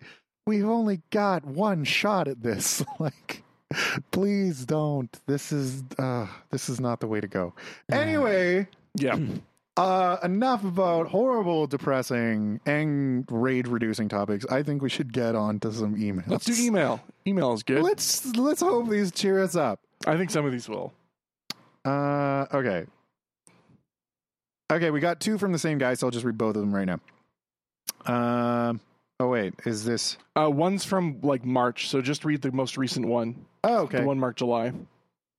S3: we've only got one shot at this. Like, please don't. This is uh, this is not the way to go. Anyway,
S1: yeah,
S3: uh, enough about horrible, depressing, and rage-reducing topics. I think we should get on to some emails.
S1: let's do email. Email is good.
S3: Let's let's hope these cheer us up.
S1: I think some of these will.
S3: Uh, okay. Okay, we got two from the same guy, so I'll just read both of them right now. Um. Oh wait, is this?
S1: Uh, one's from like March, so just read the most recent one,
S3: Oh, okay.
S1: the one marked July.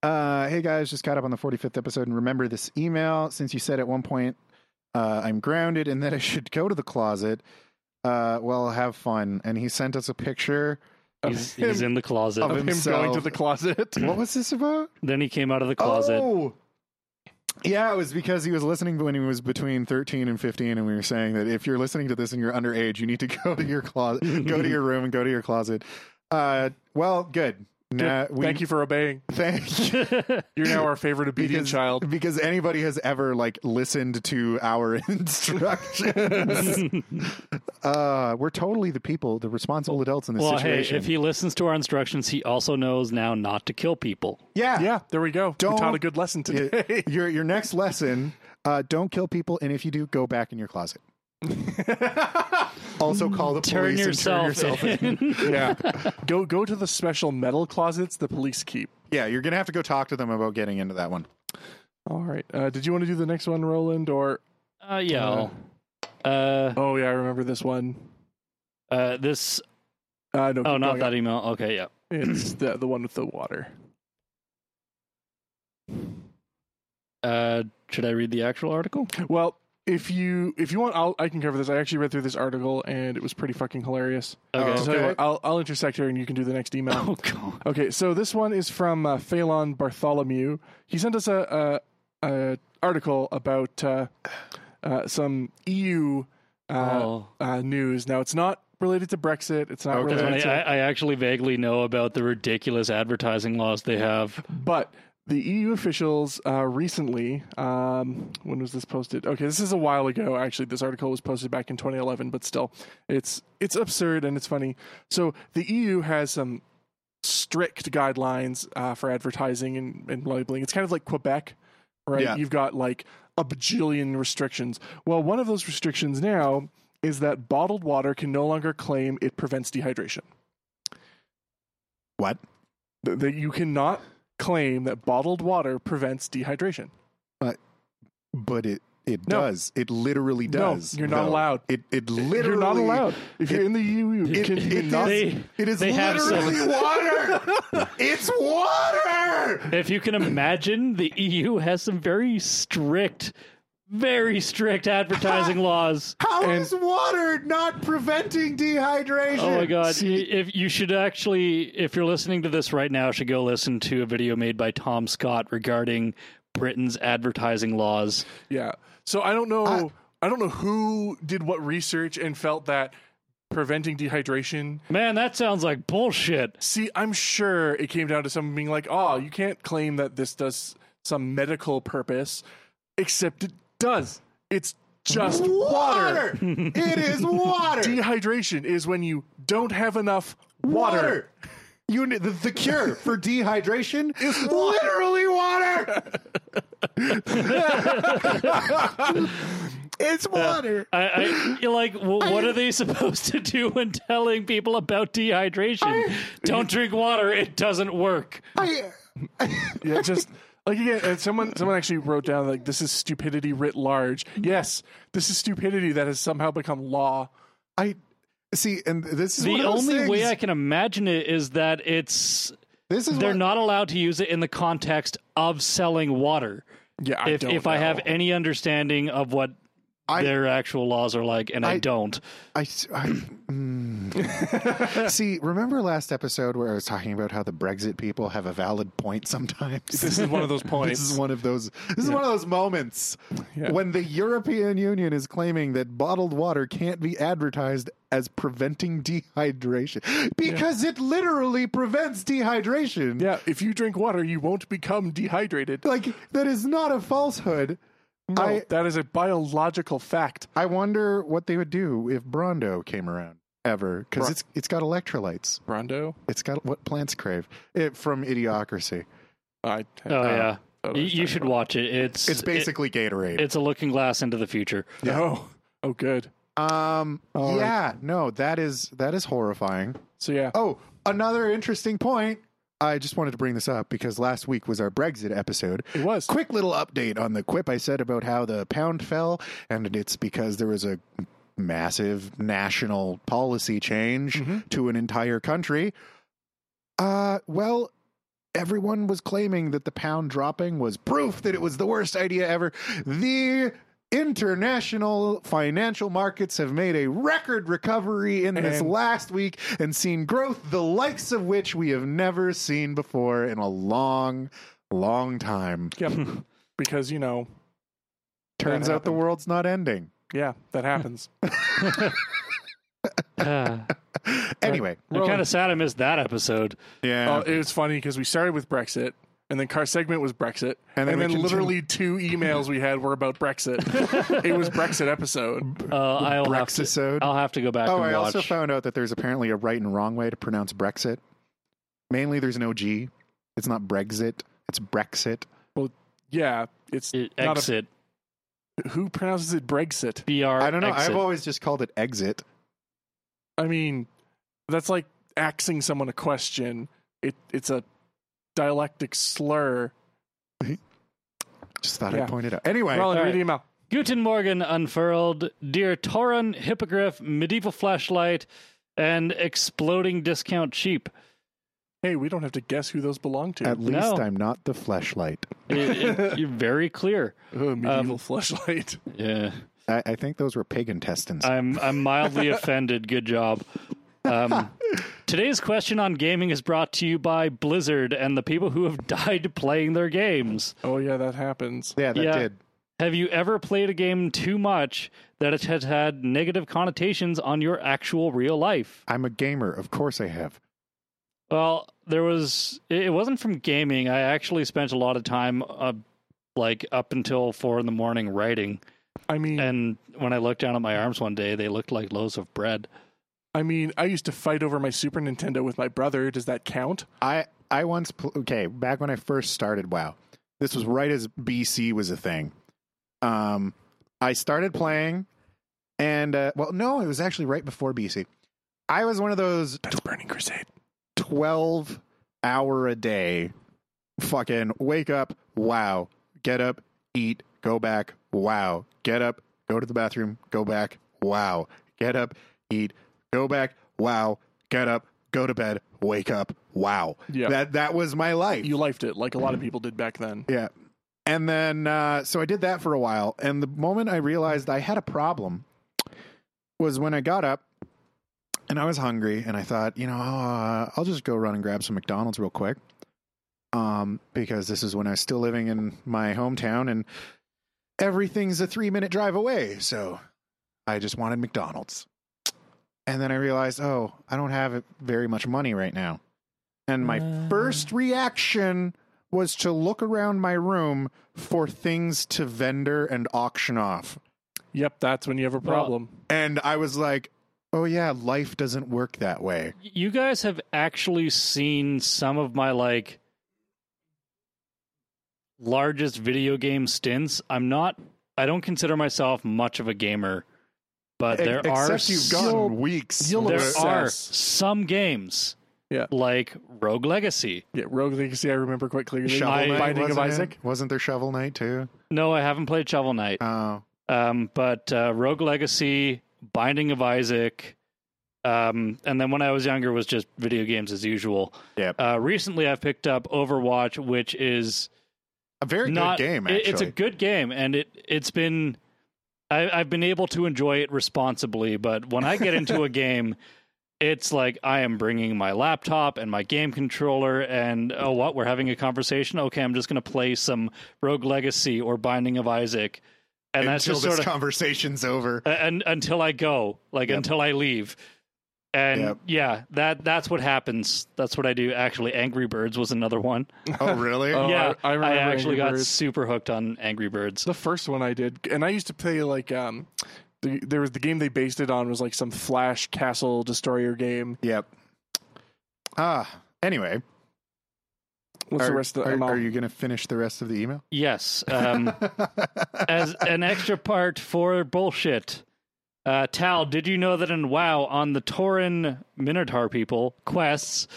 S3: Uh, hey guys, just caught up on the 45th episode and remember this email. Since you said at one point uh, I'm grounded and that I should go to the closet, uh, well, have fun. And he sent us a picture.
S4: He's, he's in the closet.
S3: Of
S1: Him going to
S3: Himself.
S1: the closet.
S3: What was this about?
S4: Then he came out of the closet.
S3: Oh, yeah, it was because he was listening when he was between 13 and 15, and we were saying that if you're listening to this and you're underage, you need to go to your closet, go to your room, and go to your closet. Uh, well, good. Nah, we,
S1: Thank you for obeying.
S3: Thank you.
S1: You're now our favorite obedient
S3: Because,
S1: child.
S3: because anybody has ever like listened to our instructions, uh, we're totally the people, the responsible adults in this
S4: well, hey,
S3: situation.
S4: if he listens to our instructions, he also knows now not to kill people.
S3: yeah,
S1: Yeah, there we go.
S3: Don't-
S1: we taught a good lesson today.
S3: Y- your your next lesson uh, don't kill people and if you do go back in your closet also call the
S4: Turn
S3: police
S4: yourself,
S3: and turn yourself in.
S4: in.
S1: yeah. Go go to the special metal closets the police keep.
S3: yeah you're gonna have to go talk to them about getting into that one
S1: All right. Uh, did you want to do the next one, Roland? Or
S4: uh, yeah. I'll- Uh,
S1: oh yeah, I remember this one.
S4: uh, this.
S1: Uh, no, keep
S4: Oh, not
S1: going.
S4: that email. Okay, yeah.
S1: It's the the one with the water.
S4: Uh, should I read the actual article?
S1: Well, if you if you want, I'll, I can cover this. I actually read through this article and it was pretty fucking hilarious.
S4: Okay.
S1: So tell you what, I'll I'll intersect here and you can do the next email.
S4: Oh god.
S1: Okay, so this one is from uh, Phelan Bartholomew. He sent us a, a, a article about uh, uh, some EU uh,
S4: Oh.
S1: uh, news. Now, it's not related to Brexit. It's not
S3: Okay.
S4: That's
S1: related
S4: funny.
S1: to,
S4: I, I actually vaguely know about the ridiculous advertising laws they have.
S1: but the EU officials uh, recently. Um, when was this posted? Okay, this is a while ago. Actually, this article was posted back in 2011, but still, it's it's absurd and it's funny. So the EU has some strict guidelines uh, for advertising and, and labeling. It's kind of like Quebec, right?
S3: Yeah.
S1: You've got like a bajillion restrictions. Well, one of those restrictions now is that bottled water can no longer claim it prevents dehydration.
S3: what
S1: Th- That you cannot claim that bottled water prevents dehydration.
S3: but it it
S1: No.
S3: does it literally does
S1: No, you're not
S3: though.
S1: allowed.
S3: it it literally
S1: you're not allowed. If you're in the EU, you can
S3: it
S1: you're not.
S4: They-
S3: it is
S4: they have
S3: literally
S4: some-
S3: water it's water
S4: If you can imagine, the EU has some very strict, very strict advertising laws.
S3: How is water not preventing dehydration
S4: Oh my god! If you should actually, if you're listening to this right now, should go listen to a video made by Tom Scott regarding Britain's advertising laws.
S1: yeah. So I don't know. I, don't know who did what research and felt that preventing dehydration.
S4: Man, that sounds like bullshit.
S1: See, I'm sure it came down to someone being like, "Oh, you can't claim that this does some medical purpose, except it does. It's just water.
S3: water it is water
S1: Dehydration is when you don't have enough water."
S3: water. You kn- the, the cure for dehydration is literally water. it's water.
S4: I, I you're like, well, what are they supposed to do when telling people about dehydration? Don't drink water; it doesn't work.
S3: I,
S1: Yeah, just like again, and someone someone actually wrote down like this is stupidity writ large. Yes, this is stupidity that has somehow become law.
S3: I see, and this is
S4: The
S3: one of those
S4: only
S3: things-
S4: way I can imagine it is that it's
S3: This is
S4: they're
S3: what-
S4: not allowed to use it in the context of selling water.
S1: Yeah, I
S4: if
S1: don't
S4: if I have
S1: know.
S4: any understanding of what
S3: I-
S4: their actual laws are like, and I,
S3: I-
S4: don't.
S3: I, s- I- mm. see. Remember last episode where I was talking about how the Brexit people have a valid point sometimes.
S1: this is one of those points.
S3: This is one of those. This is one of those moments
S1: Yeah.
S3: when the European Union is claiming that bottled water can't be advertised as preventing dehydration because it literally prevents dehydration.
S1: yeah, if you drink water, you won't become dehydrated.
S3: Like that is not a falsehood.
S1: No,
S3: I
S1: that is a biological fact.
S3: I wonder what they would do if Brondo came around ever because it's it's got electrolytes.
S1: Rondo,
S3: It's got what plants crave it from Idiocracy.
S1: I
S4: Oh yeah,
S1: oh,
S4: you,
S1: it's
S4: you should watch it. It's
S3: It's basically Gatorade.
S4: it- it's a looking glass into the future.
S1: no. Oh, good.
S3: um.
S1: All right.
S3: yeah. No. That is that is horrifying.
S1: So yeah,
S3: Oh, another interesting point. I just wanted to bring this up because last week was our Brexit episode.
S1: it was
S3: Quick little update on the quip I said about how the pound fell, and it's because there was a massive national policy change
S1: Mhm.
S3: to an entire country. Uh, well, everyone was claiming that the pound dropping was proof that it was the worst idea ever. The international financial markets have made a record recovery in this
S1: And-
S3: last week and seen growth the likes of which we have never seen before in a long long time
S1: Yep. because you know,
S3: turns out the
S1: happened.
S3: world's not ending
S1: yeah, that happens.
S4: Ah.
S3: Anyway,
S4: I'm kind of sad I missed that episode.
S3: yeah.
S4: Oh,
S1: Uh, it was funny because we started with Brexit, and then our segment was Brexit, and
S3: And
S1: then,
S3: then we continued-
S1: literally two emails we had were about Brexit. it was Brexit episode.
S4: Uh, I'll have to.
S3: Brexisode.
S4: I'll have to go back
S3: oh,
S4: and
S3: I
S4: watch.
S3: also found out that there's apparently a right and wrong way to pronounce Brexit. Mainly, there's no G. It's not Brexit. It's Brexit.
S1: Yeah, it's
S4: It-
S1: not
S4: exit.
S1: a, who pronounces it Brexit.
S4: BR.
S3: I don't know.
S4: Exit.
S3: I've always just called it exit.
S1: I mean, that's like asking someone a question. It it's a dialectic slur.
S3: Just thought
S1: Yeah.
S3: I'd point it out. Anyway,
S1: Roland,
S4: all
S1: read
S4: right.
S1: the email.
S4: Guten Morgen unfurled, dear Tauren, Hippogriff, Medieval Flashlight, and Exploding Discount Cheap.
S1: Hey, we don't have to guess who those belong to.
S3: at
S4: No.
S3: least I'm not the fleshlight.
S4: It- it- you're very clear.
S1: Ugh,
S4: Um,
S1: medieval flashlight.
S4: Yeah.
S3: I, I think those were pig intestines.
S4: I'm I'm mildly offended. Good job. Um, today's question on gaming is brought to you by Blizzard and the people who have died playing their games.
S1: Oh yeah, that happens.
S3: yeah, that
S4: yeah.
S3: did.
S4: Have you ever played a game too much that it has had negative connotations on your actual real life?
S3: I'm a gamer. Of course I have.
S4: Well, there was. It it wasn't from gaming. I actually spent a lot of time, uh, like up until four in the morning writing.
S1: I mean,
S4: And when I looked down at my arms one day, they looked like loaves of bread.
S1: I mean, I used to fight over my Super Nintendo with my brother. Does that count?
S3: I I once pl- okay back when I first started WoW. This was right as BC was a thing. Um, I started playing, and uh, well, no, it was actually right before BC. I was one of those
S1: That's Burning Crusade.
S3: twelve hour a day, fucking wake up, wow, get up, eat, go back, wow, get up, go to the bathroom, go back, wow, get up, eat, go back, wow, get up, go to bed, wake up, wow.
S1: Yeah.
S3: That that was my life.
S1: You lifed it like a lot of people did back then.
S3: Yeah. And then uh, so I did that for a while, and the moment I realized I had a problem was when I got up and I was hungry, and I thought, you know, uh, I'll just go run and grab some McDonald's real quick, um, because this is when I was still living in my hometown, and everything's a three minute drive away, so I just wanted McDonald's. And then I realized, oh, I don't have very much money right now. And my first reaction was to look around my room for things to vendor and auction off.
S1: Yep, that's when you have a problem.
S3: And I was like, oh, yeah, life doesn't work that way.
S4: You guys have actually seen some of my like largest video game stints. I'm not. I don't consider myself much of a gamer, but there
S3: E-, Except
S4: are
S3: you've
S4: s-
S3: gone
S1: You'll-
S3: weeks.
S1: you'll
S4: there
S1: obsess.
S4: are some games,
S1: Yeah.
S4: like Rogue Legacy.
S1: yeah, Rogue Legacy, I remember quite clearly.
S3: Shovel Knight,
S1: Binding of
S3: wasn't it?
S1: Isaac.
S3: Wasn't there Shovel Knight too?
S4: No, I haven't played Shovel Knight.
S3: Oh,
S4: um, but uh, Rogue Legacy, Binding of Isaac, um, and then when I was younger was just video games as usual.
S3: Yep.
S4: Uh, recently, I've picked up Overwatch, which is
S3: a very
S4: not
S3: good game,
S4: it-
S3: actually.
S4: it's a good game, and it it's been I, I've been able to enjoy it responsibly. But when I get into a game. It's like I am bringing my laptop and my game controller, and oh, what? We're having a conversation? Okay, I'm just going to play some Rogue Legacy or Binding of Isaac. And that's
S3: Until
S4: just
S3: this
S4: sort of
S3: conversation's over.
S4: uh, and until I go, like until I leave. And
S3: Yep.
S4: yeah, that that's what happens. That's what I do. Actually, Angry Birds was another one.
S3: oh, really?
S1: Oh,
S4: yeah,
S1: I- I remember
S4: actually
S1: Angry
S4: got
S1: Birds.
S4: super hooked on Angry Birds.
S1: The first one I did, and I used to play like um, the, there was the game they based it on was like some Flash Castle Destroyer game.
S3: Yep. Ah, anyway,
S1: What's
S3: are,
S1: the rest of the
S3: are,
S1: ML?
S3: are you going to finish the rest of the email?
S4: Yes, um, as an extra part for bullshit. Uh, Tal, did you know that in WoW on the Torin Minotaur people quests,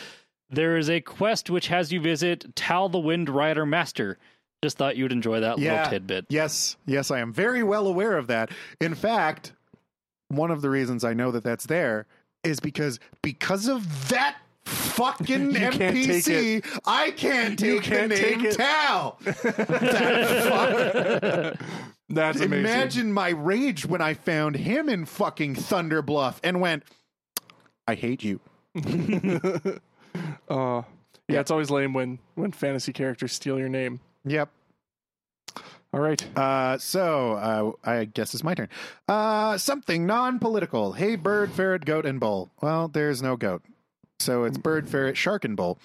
S4: there is a quest which has you visit Tal the Wind Rider Master. Just thought you'd enjoy that
S3: Yeah.
S4: little tidbit.
S3: Yes, yes, I am very well aware of that. In fact, one of the reasons I know that that's there is because because of that fucking
S1: You can't
S3: NPC, I can't take
S1: You can't
S3: the name
S1: take it.
S3: Tal. That fuck.
S1: That's amazing.
S3: Imagine my rage when I found him in fucking Thunderbluff and went, "I hate you."
S1: Uh, yeah, it's always lame when when fantasy characters steal your name.
S3: Yep.
S1: All right.
S3: Uh, so uh, I guess it's my turn. Uh, something non-political. Hey, bird, ferret, goat, and bull. Well, there's no goat, so it's bird, ferret, shark, and bull.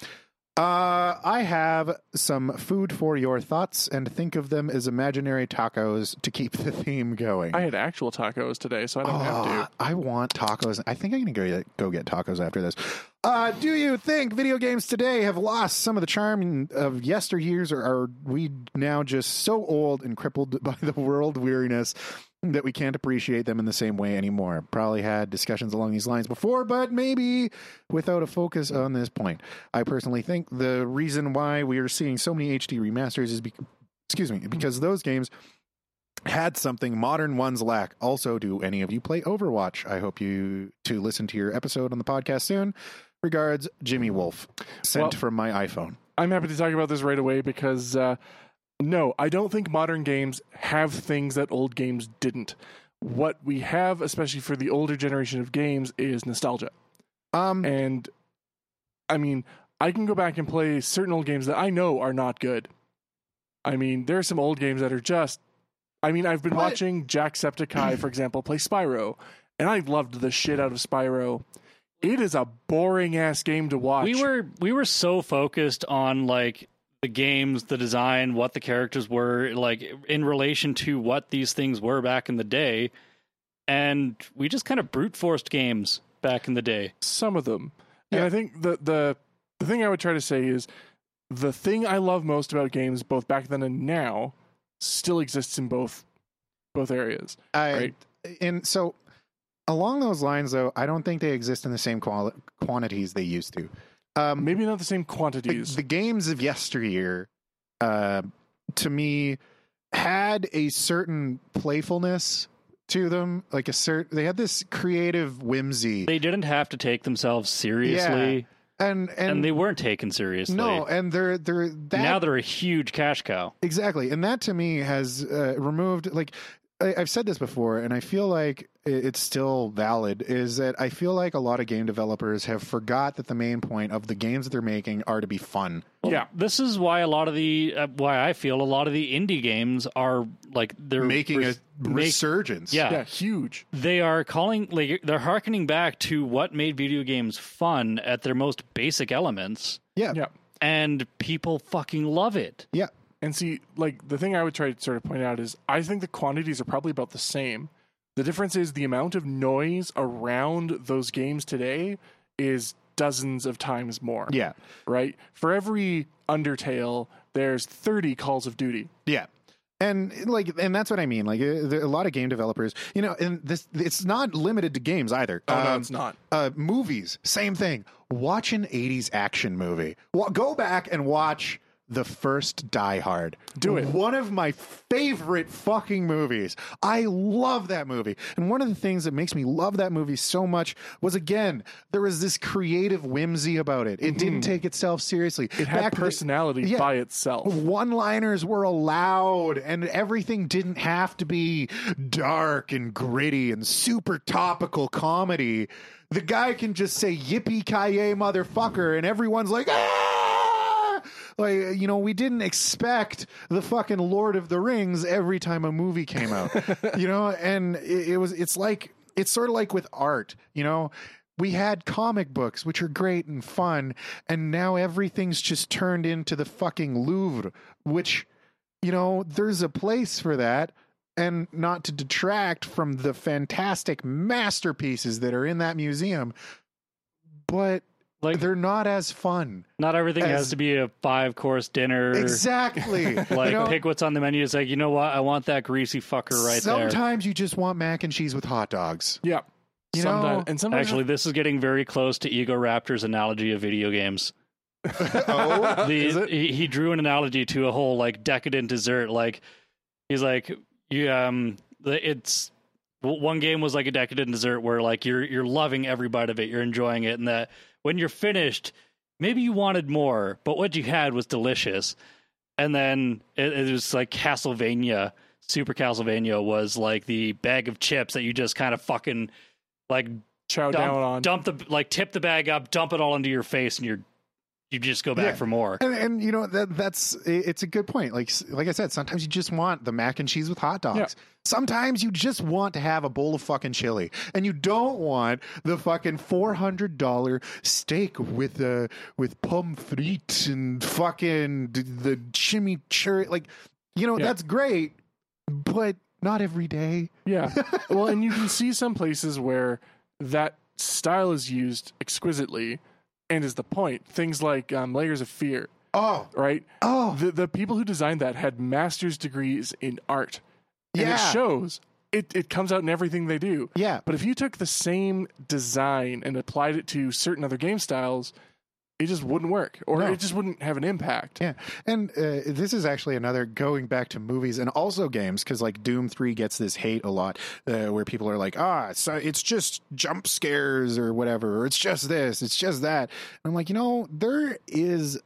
S3: Uh, I have some food for your thoughts, and think of them as imaginary tacos to keep the theme going.
S1: I had actual tacos today, so I don't have
S3: Oh,
S1: to.
S3: I want tacos. I think I'm gonna go get, go get tacos after this. Uh, do you think video games today have lost some of the charm of yesteryears, or are we now just so old and crippled by the world weariness that we can't appreciate them in the same way anymore? Probably had discussions along these lines before, but maybe without a focus on this point. I personally think the reason why we are seeing so many HD remasters is, be- excuse me, because those games had something modern ones lack. Also, do any of you play Overwatch? I hope you to listen to your episode on the podcast soon. Regards, Jimmy Wolf, sent
S1: Well-
S3: from my iPhone.
S1: I'm happy to talk about this right away because uh, no, I don't think modern games have things that old games didn't. What we have, especially for the older generation of games, is nostalgia.
S3: Um,
S1: And I mean, I can go back and play certain old games that I know are not good. I mean, there are some old games that are just. I mean, I've been
S3: What?
S1: watching Jacksepticeye, for example, play Spyro, and I loved the shit out of Spyro. It is a boring ass game to watch.
S4: We were we were so focused on like the games, the design, what the characters were like in relation to what these things were back in the day, and we just kind of brute forced games back in the day.
S1: some of them. And
S3: Yeah.
S1: I think the, the the thing I would try to say is the thing I love most about games, both back then and now, still exists in both both areas.
S3: I,
S1: right.
S3: and so along those lines, though, I don't think they exist in the same quali- quantities they used to. Um,
S1: Maybe not the same
S3: the-
S1: quantities.
S3: The games of yesteryear, uh, to me, had a certain playfulness to them. Like a certain, they had this creative whimsy,
S4: They didn't have to take themselves seriously,
S3: and and,
S4: and, they weren't taken seriously.
S3: no, and they're they're that
S4: now they're a huge cash cow.
S3: Exactly. And that to me has uh, removed, like, I, I've said this before, and I feel like i- it's still valid is that I feel like a lot of game developers have forgot that the main point of the games that they're making are to be fun.
S1: yeah.
S4: This is why a lot of the uh, why I feel a lot of the indie games are like they're
S3: Making a
S4: res- make-
S3: resurgence.
S4: yeah.
S1: Yeah, huge.
S4: they are calling like they're harkening back to what made video games fun at their most basic elements
S3: Yeah.
S1: Yeah.
S4: and people fucking love it
S3: Yeah.
S1: And see, like the thing I would try to sort of point out is I think the quantities are probably about the same. The difference is the amount of noise around those games today is dozens of times more.
S3: Yeah.
S1: Right? For every Undertale, there's 30 Calls of Duty.
S3: Yeah. And like, and that's what I mean. Like, uh, there, a lot of game developers, you know, and this it's not limited to games either.
S1: Oh, no,
S3: Um,
S1: it's not.
S3: uh, movies, same thing. Watch an 80s action movie. Wa go back and watch the first Die Hard.
S1: Do it.
S3: One of my favorite fucking movies. I love that movie. And one of the things that makes me love that movie so much was again, there was this creative whimsy about it. It
S1: Mm-hmm.
S3: didn't take itself seriously.
S1: It had
S3: Back th-
S1: personality
S3: yeah.
S1: by itself.
S3: one liners were allowed and everything didn't have to be dark and gritty and super topical comedy. The guy can just say yippee ki yay motherfucker and everyone's like ah! like you know we didn't expect the fucking Lord of the Rings every time a movie came out. you know and it, it was it's like it's sort of like with art, you know we had comic books which are great and fun and now everything's just turned into the fucking louvre which you know there's a place for that and not to detract from the fantastic masterpieces that are in that museum but
S4: like
S3: they're not as fun
S4: not everything
S3: As-
S4: has to be a five course dinner
S3: exactly
S4: like
S3: You know,
S4: pick what's on the menu it's like you know what i want that greasy fucker right there
S3: sometimes you just want mac and cheese with hot dogs
S1: Yeah.
S3: You
S1: sometimes,
S3: know-
S1: and sometimes
S4: actually this is getting very close to ego raptor's analogy of video games the,
S3: oh
S1: Uh, Is it?
S4: He, he drew an analogy to a whole like decadent dessert. Like he's like, you um, the- it's w- one game was like a decadent dessert where like you're you're loving every bite of it, you're enjoying it, and that when you're finished, maybe you wanted more, but what you had was delicious. And then it, it was like Castlevania, Super Castlevania was like the bag of chips that you just kind of fucking like
S1: chow
S4: dump,
S1: down on.
S4: dump the like tip the bag up, dump it all into your face, and you're you just go back
S3: Yeah.
S4: for more.
S3: And, and you know that that's it- it's a good point. Like like I said, sometimes you just want the mac and cheese with hot dogs.
S1: Yeah.
S3: Sometimes you just want to have a bowl of fucking chili, and you don't want the fucking four hundred dollar steak with uh, with pommes frites and fucking d- the chimichurri. Like you know
S1: Yeah.
S3: that's great, but not every day.
S1: Yeah. well, and you can see some places where that style is used exquisitely and is the point. Things like um, Layers of Fear,
S3: Oh
S1: right?
S3: oh
S1: The, the people who designed that had master's degrees in art. And
S3: yeah
S1: it shows. It, it comes out in everything they do.
S3: yeah
S1: But if you took the same design and applied it to certain other game styles, it just wouldn't work or
S3: No.
S1: it just wouldn't have an impact.
S3: Yeah, and uh, this is actually another going back to movies and also games because like Doom Three gets this hate a lot, uh, where people are like, ah, so it's just jump scares or whatever, or it's just this, it's just that. And I'm like, you know, there is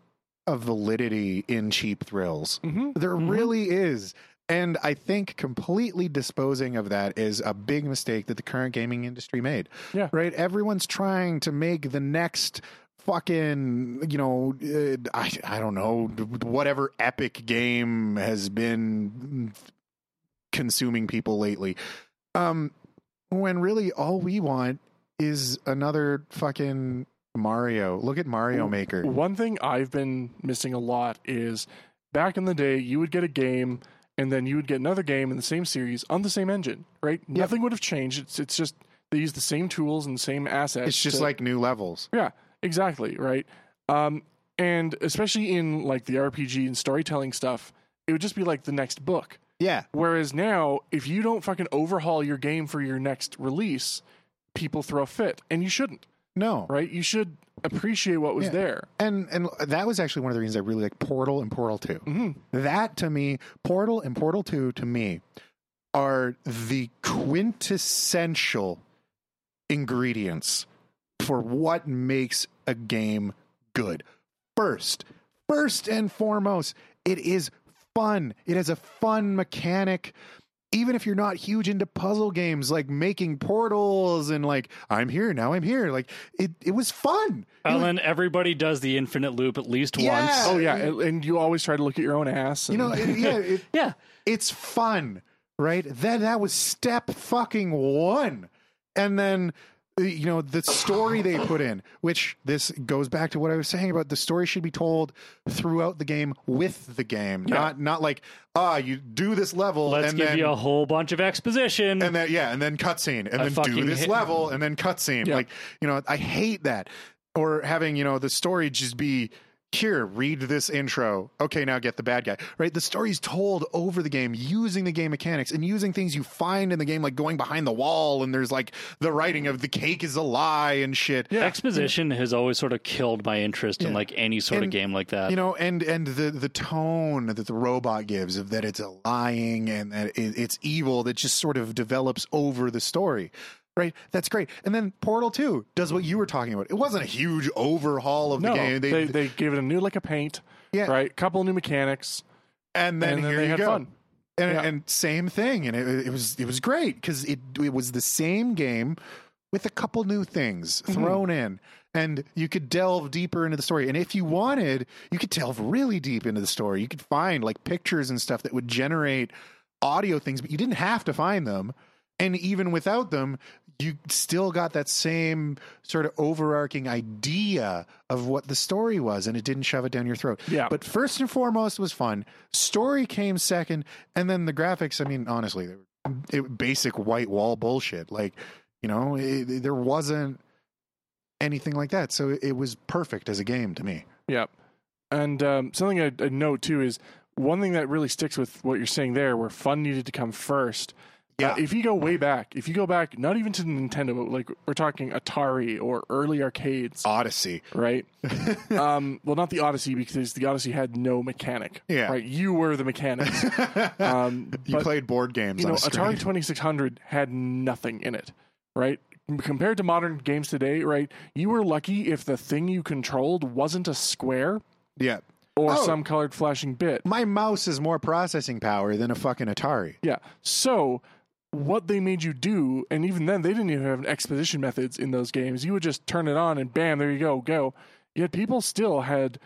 S3: a validity in cheap thrills.
S1: hmm
S3: There really is. And I think completely disposing of that is a big mistake that the current gaming industry made.
S1: Yeah.
S3: Right? Everyone's trying to make the next fucking, you know, uh, I, I don't know, whatever epic game has been consuming people lately. Um, when really all we want is another fucking Mario. Look at Mario Maker.
S1: One thing I've been missing a lot is back in the day, you would get a game and then you would get another game in the same series on the same engine, right? Nothing would have changed. It's, it's just they use the same tools and the same assets.
S3: It's just
S1: to-
S3: like new levels.
S1: Yeah, exactly, right? Um, and especially in like the RPG and storytelling stuff, it would just be like the next book.
S3: Yeah.
S1: Whereas now, if you don't fucking overhaul your game for your next release, people throw a fit, and you shouldn't,
S3: No.
S1: right? You should appreciate what was
S3: Yeah.
S1: there.
S3: and and that was actually one of the reasons I really like Portal and Portal 2
S1: Mm-hmm.
S3: That to me, Portal and Portal Two to me are the quintessential ingredients for what makes a game good. First, first and foremost, it is fun. It has a fun mechanic. Even if you're not huge into puzzle games like making portals and like I'm here now, I'm here. Like it, it was fun. It was
S4: Ellen, everybody does the infinite loop at least
S3: Yeah.
S4: once.
S1: Oh yeah, and, and you always try to look at your own ass.
S3: You
S1: and-
S3: know, it, yeah, it,
S4: Yeah.
S3: it's fun, right? Then that was step fucking one, and then uh, you know the story they put in, which this goes back to what I was saying about the story should be told throughout the game with the game, not not like ah you do this level
S4: Let's
S3: Oh, and
S4: give
S3: then
S4: you a whole bunch of exposition.
S3: and then yeah, and then cutscene, and
S4: I
S3: then do
S4: fucking
S3: this
S4: hate-
S3: level, and then cutscene.
S1: Yeah.
S3: Like you know, I hate that. Or having you know the story just be here, read this intro. Okay, now get the bad guy. Right, the story's told over the game using the game mechanics and using things you find in the game, like going behind the wall, and there's like the writing of the cake is a lie and shit.
S1: Yeah.
S4: Exposition has always sort of killed my interest in
S3: Yeah.
S4: like any sort
S3: And,
S4: of game like that.
S3: you know and and the the tone that the robot gives of that it's a lying and that it, it's evil that just sort of develops over the story right that's great and then portal 2 does what you were talking about it wasn't a huge overhaul of the
S1: no,
S3: game
S1: they, they gave it a new lick of paint,
S3: Yeah.
S1: right? Couple new mechanics,
S3: and then,
S1: and then
S3: here
S1: they
S3: you
S1: had
S3: go
S1: fun.
S3: and
S1: Yeah.
S3: and same thing and it, it was it was great because it it was the same game with a couple new things
S1: Mm-hmm.
S3: thrown in and you could delve deeper into the story and if you wanted you could delve really deep into the story you could find like pictures and stuff that would generate audio things but you didn't have to find them and even without them you still got that same sort of overarching idea of what the story was and it didn't shove it down your throat
S1: Yeah.
S3: but first and foremost was fun story came second and then the graphics i mean honestly they were it, basic white wall bullshit like you know it, it- there wasn't anything like that so it, it was perfect as a game to me
S1: Yeah. And um, something I'd, I'd note too is one thing that really sticks with what you're saying there, where fun needed to come first. Uh,
S3: Yeah.
S1: if you go way back, if you go back, not even to Nintendo, but like we're talking Atari or early arcades,
S3: Uh. odyssey
S1: right? um, well, not the Odyssey because the Odyssey had no mechanic.
S3: Yeah.
S1: Right. You were the mechanics. um,
S3: you
S1: but,
S3: played board games
S1: you know,
S3: on a screen.
S1: Atari 2600 had nothing in it, right? Compared to modern games today, right? You were lucky if the thing you controlled wasn't a square
S3: yeah
S1: or
S3: Oh.
S1: some colored flashing bit.
S3: my mouse is more processing power than a fucking atari
S1: Yeah. So what they made you do, and even then they didn't even have exposition methods in those games. You would just turn it on and bam, there you go, go. Yet people still had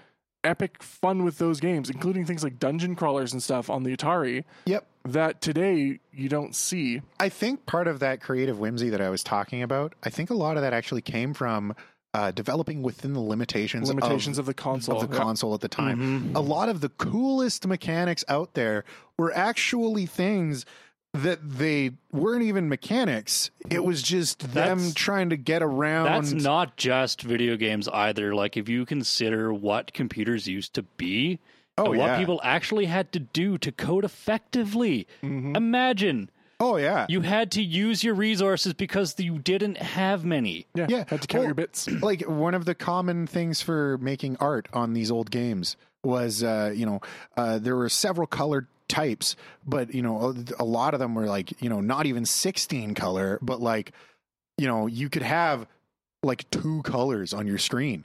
S1: epic fun with those games, including things like dungeon crawlers and stuff on the Atari
S3: Yep.
S1: that today you don't see.
S3: I think part of that creative whimsy that I was talking about, I think a lot of that actually came from uh, developing within the limitations,
S1: Limitations of, the
S3: of,
S1: console.
S3: of the
S1: Yeah.
S3: console at the time.
S4: Mm-hmm.
S3: A lot of the coolest mechanics out there were actually things that they weren't even mechanics. It was just them
S4: That's-
S3: trying to get around.
S4: That's not just video games either. Like if you consider what computers used to be
S3: Oh,
S4: and what
S3: yeah.
S4: people actually had to do to code effectively.
S3: Mm-hmm.
S4: Imagine
S3: oh yeah,
S4: you had to use your resources because you didn't have many.
S1: Yeah,
S3: Yeah.
S1: had to count
S3: Well-
S1: your bits.
S3: like one of the common things for making art on these old games was uh you know uh there were several colored types but you know a lot of them were like you know not even 16 color but like you know you could have like two colors on your screen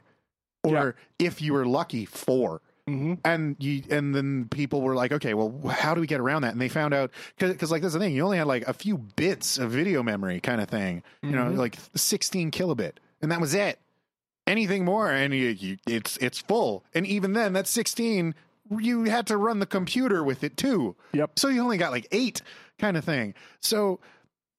S3: or if you were lucky four
S1: hmm
S3: and you and then people were like okay well how do we get around that and they found out because like that's the thing you only had like a few bits of video memory kind of thing you know
S1: Mhm.
S3: like 16 kilobit and that was it anything more and you, you it's it's full and even then that's 16 you had to run the computer with it too
S1: Yep.
S3: so you only got like eight kind of thing so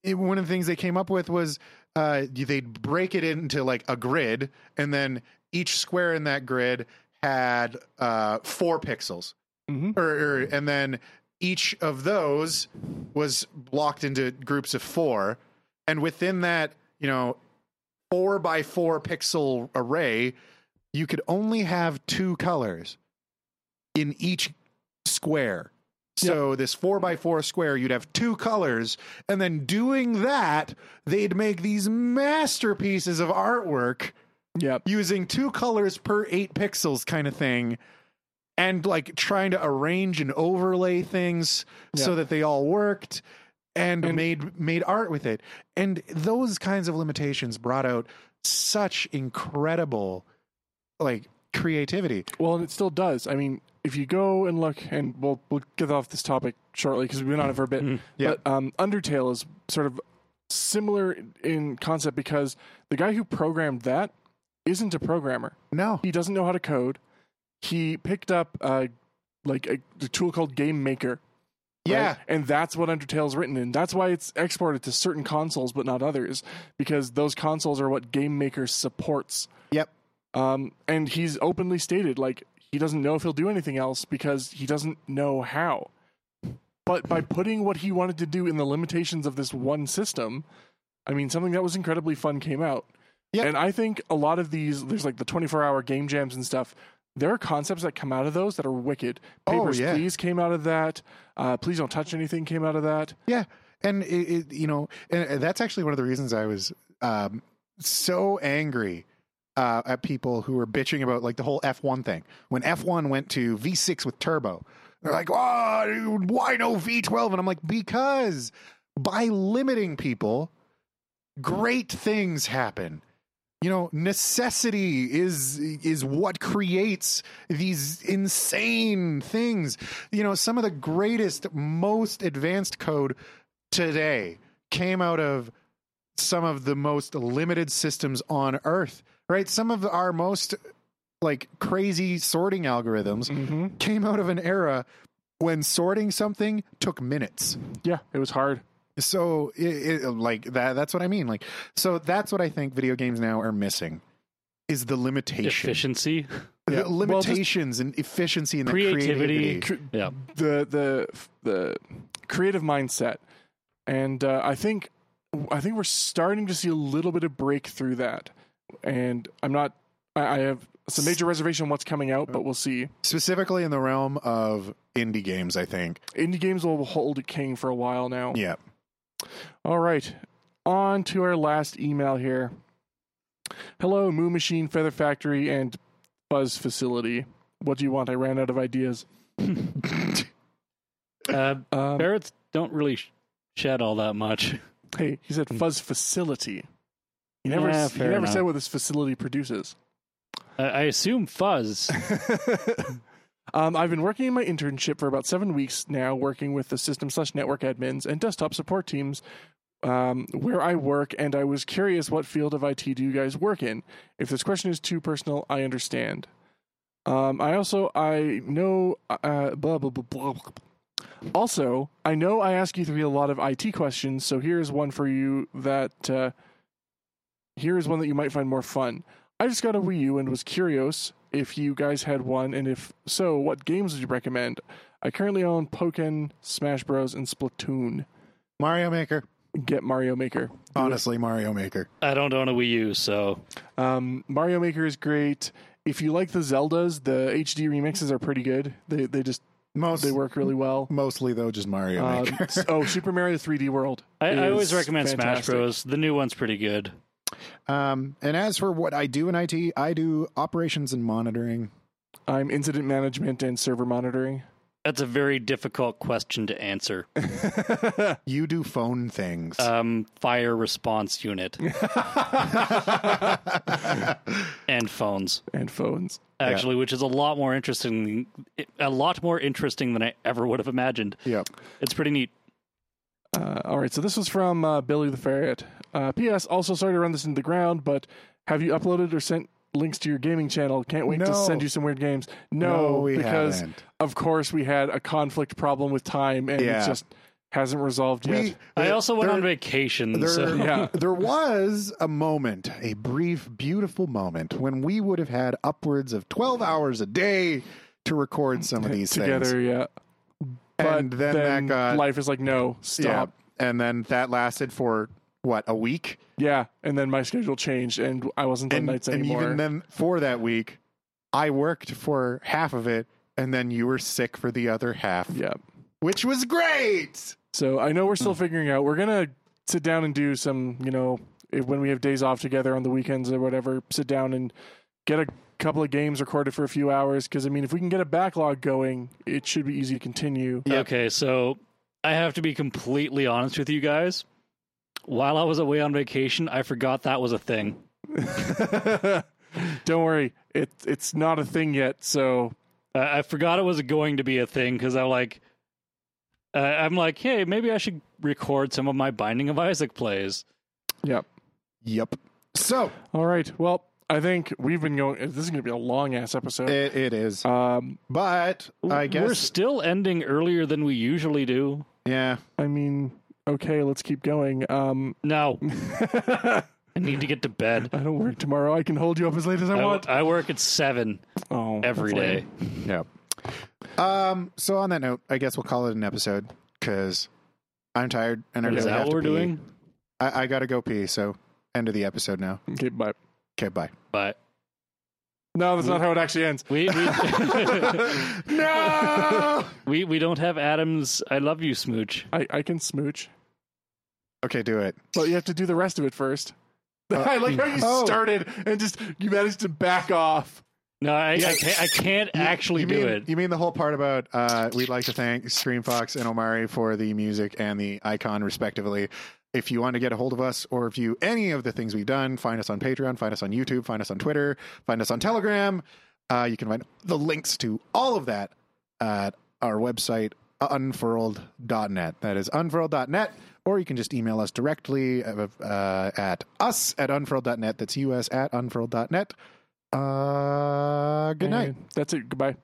S3: it, one of the things they came up with was uh, they'd break it into like a grid, and then each square in that grid had uh, four pixels,
S1: Mhm.
S3: or, or and then each of those was blocked into groups of four, and within that, you know, four by four pixel array, you could only have two colors in each square. So this four by four square, you'd have two colors, and then doing that, they'd make these masterpieces of artwork
S1: Yep.
S3: using two colors per eight pixels kind of thing and like trying to arrange and overlay things so
S1: Yeah.
S3: that they all worked and,
S1: And-
S3: made made art with it and those kinds of limitations brought out such incredible like creativity
S1: Well, and it still does. I mean, if you go and look, and we'll we'll get off this topic shortly because we've been on it for a bit.
S3: Yeah.
S1: But um, Undertale is sort of similar in concept because the guy who programmed that isn't a programmer.
S3: no
S1: He doesn't know how to code. He picked up uh, like a, a tool called Game Maker.
S3: yeah
S1: right? And that's what Undertale's written in. That's why it's exported to certain consoles but not others because those consoles are what Game Maker supports.
S3: Yep.
S1: Um, and he's openly stated like he doesn't know if he'll do anything else because he doesn't know how. But by putting what he wanted to do in the limitations of this one system, I mean something that was incredibly fun came out.
S3: Yep.
S1: And I think a lot of these there's like the 24-hour game jams and stuff. There are concepts that come out of those that are wicked.
S3: Oh,
S1: Papers,
S3: yeah.
S1: Please came out of that. Uh, Please Don't Touch Anything came out of that.
S3: Yeah, and it, it, you know, and and that's actually one of the reasons I was um, so angry uh, at people who were bitching about like the whole F one thing when F one went to V six with turbo. They're like, "Oh, dude, why no V twelve?" And I'm like, because by limiting people, great things happen. You know, necessity is is what creates these insane things. You know, some of the greatest, most advanced code today came out of some of the most limited systems on earth. Right? Some of our most like crazy sorting algorithms
S1: Mm-hmm.
S3: came out of an era when sorting something took minutes
S1: Yeah, it was hard.
S3: so it, it, like that that's what i mean like so that's what i think video games now are missing is the limitation
S4: Efficiency.
S3: the
S1: Yeah. Well, just-
S3: limitations and efficiency and the
S4: Creativity.
S3: creativity
S1: Cr-
S4: Yeah.
S1: the the the creative mindset, and uh, I think I think we're starting to see a little bit of breakthrough that, and I'm not I, I have some major reservation on what's coming out, but we'll see.
S3: specifically in the realm of indie games i think
S1: Indie games will hold it king for a while now.
S3: yeah
S1: All right. On to our last email here. Hello, Moo Machine, Feather Factory, and Buzz Facility. What do you want? I ran out of ideas.
S4: Uh,
S1: Um,
S4: parrots don't really sh- shed all that much.
S1: hey, he said Fuzz Facility. He never,
S4: Hmm. Yeah,
S1: s- he
S4: fair
S1: never
S4: enough.
S1: said what this facility produces.
S4: I, I assume fuzz.
S1: Um, I've been working in my internship for about seven weeks now, working with the system slash network admins and desktop support teams um, where I work, and I was curious what field of IT do you guys work in? If this question is too personal, I understand. Um, I also I know uh, blah, blah blah blah. blah. Also, I know I ask you three a lot of IT questions, so here is one for you that uh, here is one that you might find more fun. I just got a Wii U and was curious if you guys had one, and if so, what games would you recommend? I currently own Pokken, Smash Bros, and Splatoon.
S3: Mario Maker.
S1: Get Mario Maker.
S3: Honestly, Mario Maker.
S4: I don't own a Wii U, so
S1: Um, Mario Maker is great. If you like the Zeldas, the HD remixes are pretty good. They they just
S3: Most
S1: they work really well.
S3: mostly though just Mario
S1: Um,
S3: Maker.
S1: s- oh, Super Mario 3D World.
S4: I, I always
S1: is
S4: recommend Smash
S1: fantastic.
S4: Bros. The new one's pretty good.
S3: Um, and as for what I do in IT, I do operations and monitoring.
S1: I'm incident management and server monitoring.
S4: That's a very difficult question to answer.
S3: You do phone things.
S1: Uh.
S4: Um, fire response unit and phones,
S1: and phones.
S4: actually, which is a lot more interesting, a lot more interesting than I ever would have imagined.
S3: yep.
S4: It's pretty neat.
S1: Uh, all right, so this was from uh, Billy the Ferret. Uh, P.S. Also, sorry to run this into the ground, but have you uploaded or sent links to your gaming channel? Can't wait to
S3: No.
S1: send you some weird games. No,
S3: No, we
S1: because
S3: haven't.
S1: of course we had a conflict problem with time, and
S3: Yeah.
S1: it just hasn't resolved yet.
S3: We-
S4: I also went
S3: there-
S4: on vacation,
S3: There,
S4: so
S1: Yeah.
S3: there was a moment, a brief, beautiful moment when we would have had upwards of 12 hours a day to record some of these things.
S1: together, yeah. But
S3: And then, that got
S1: life is like, no,
S3: yeah.
S1: stop.
S3: And then that lasted for what, a week?
S1: Yeah. and then my schedule changed, and I wasn't on
S3: And,
S1: nights
S3: and
S1: anymore.
S3: even then for that week, I worked for half of it and then you were sick for the other half,
S1: yeah.
S3: which was great.
S1: So I know we're still figuring out. We're gonna sit down and do some, you know, if, when we have days off together on the weekends or whatever, sit down and get a couple of games recorded for a few hours. Because I mean, if we can get a backlog going, it should be easy to continue.
S4: Okay, so I have to be completely honest with you guys. While I was away on vacation, I forgot that was a thing.
S1: Don't worry, it it's not a thing yet. So
S4: I, I forgot it was going to be a thing because I like, uh, I'm like, hey, maybe I should record some of my Binding of Isaac plays.
S1: yeah.
S3: Yep. So
S1: All right. Well, I think we've been going. This is gonna be a long ass episode.
S3: it, it is.
S1: Um,
S3: But I
S4: we're
S3: guess
S4: still ending earlier than we usually do.
S3: yeah.
S1: I mean, okay, let's keep going. Um,
S4: No,
S1: I
S4: I need to get to bed.
S1: don't work tomorrow. I can hold you up as late as I,
S4: I,
S1: want.
S4: I work at seven
S1: Oh,
S4: every
S1: that's lame.
S4: day.
S3: Yeah. Um. So on that note, I guess we'll call it an episode because I'm tired and I
S4: Is
S3: really
S4: that
S3: have
S4: what
S3: to
S4: we're
S3: pee.
S4: doing?
S3: I, I gotta go pee. So end of the episode now.
S1: Okay, bye.
S3: Okay. Bye.
S4: But
S1: No, that's not how it actually ends.
S4: we we,
S3: no.
S4: we we don't have Adam's "I love you" smooch.
S1: I, I can smooch,
S3: okay. Do it.
S1: but you have to do the rest of it first. I like how you
S3: oh.
S1: started and just you managed to back off.
S4: No, I, I can't, I can't actually
S3: you
S4: do
S3: mean,
S4: it.
S3: You mean the whole part about uh, we'd like to thank Scream Fox and Omari for the music and the icon, respectively. If you want to get a hold of us or view any of the things we've done, find us on Patreon, find us on YouTube, find us on Twitter, find us on Telegram. Uh, you can find the links to all of that at our website, unfurled.net. That is unfurled.net. Or you can just email us directly uh, uh, at us at unfurled.net. That's us at unfurled.net. Uh, good night.
S1: And That's it. Goodbye.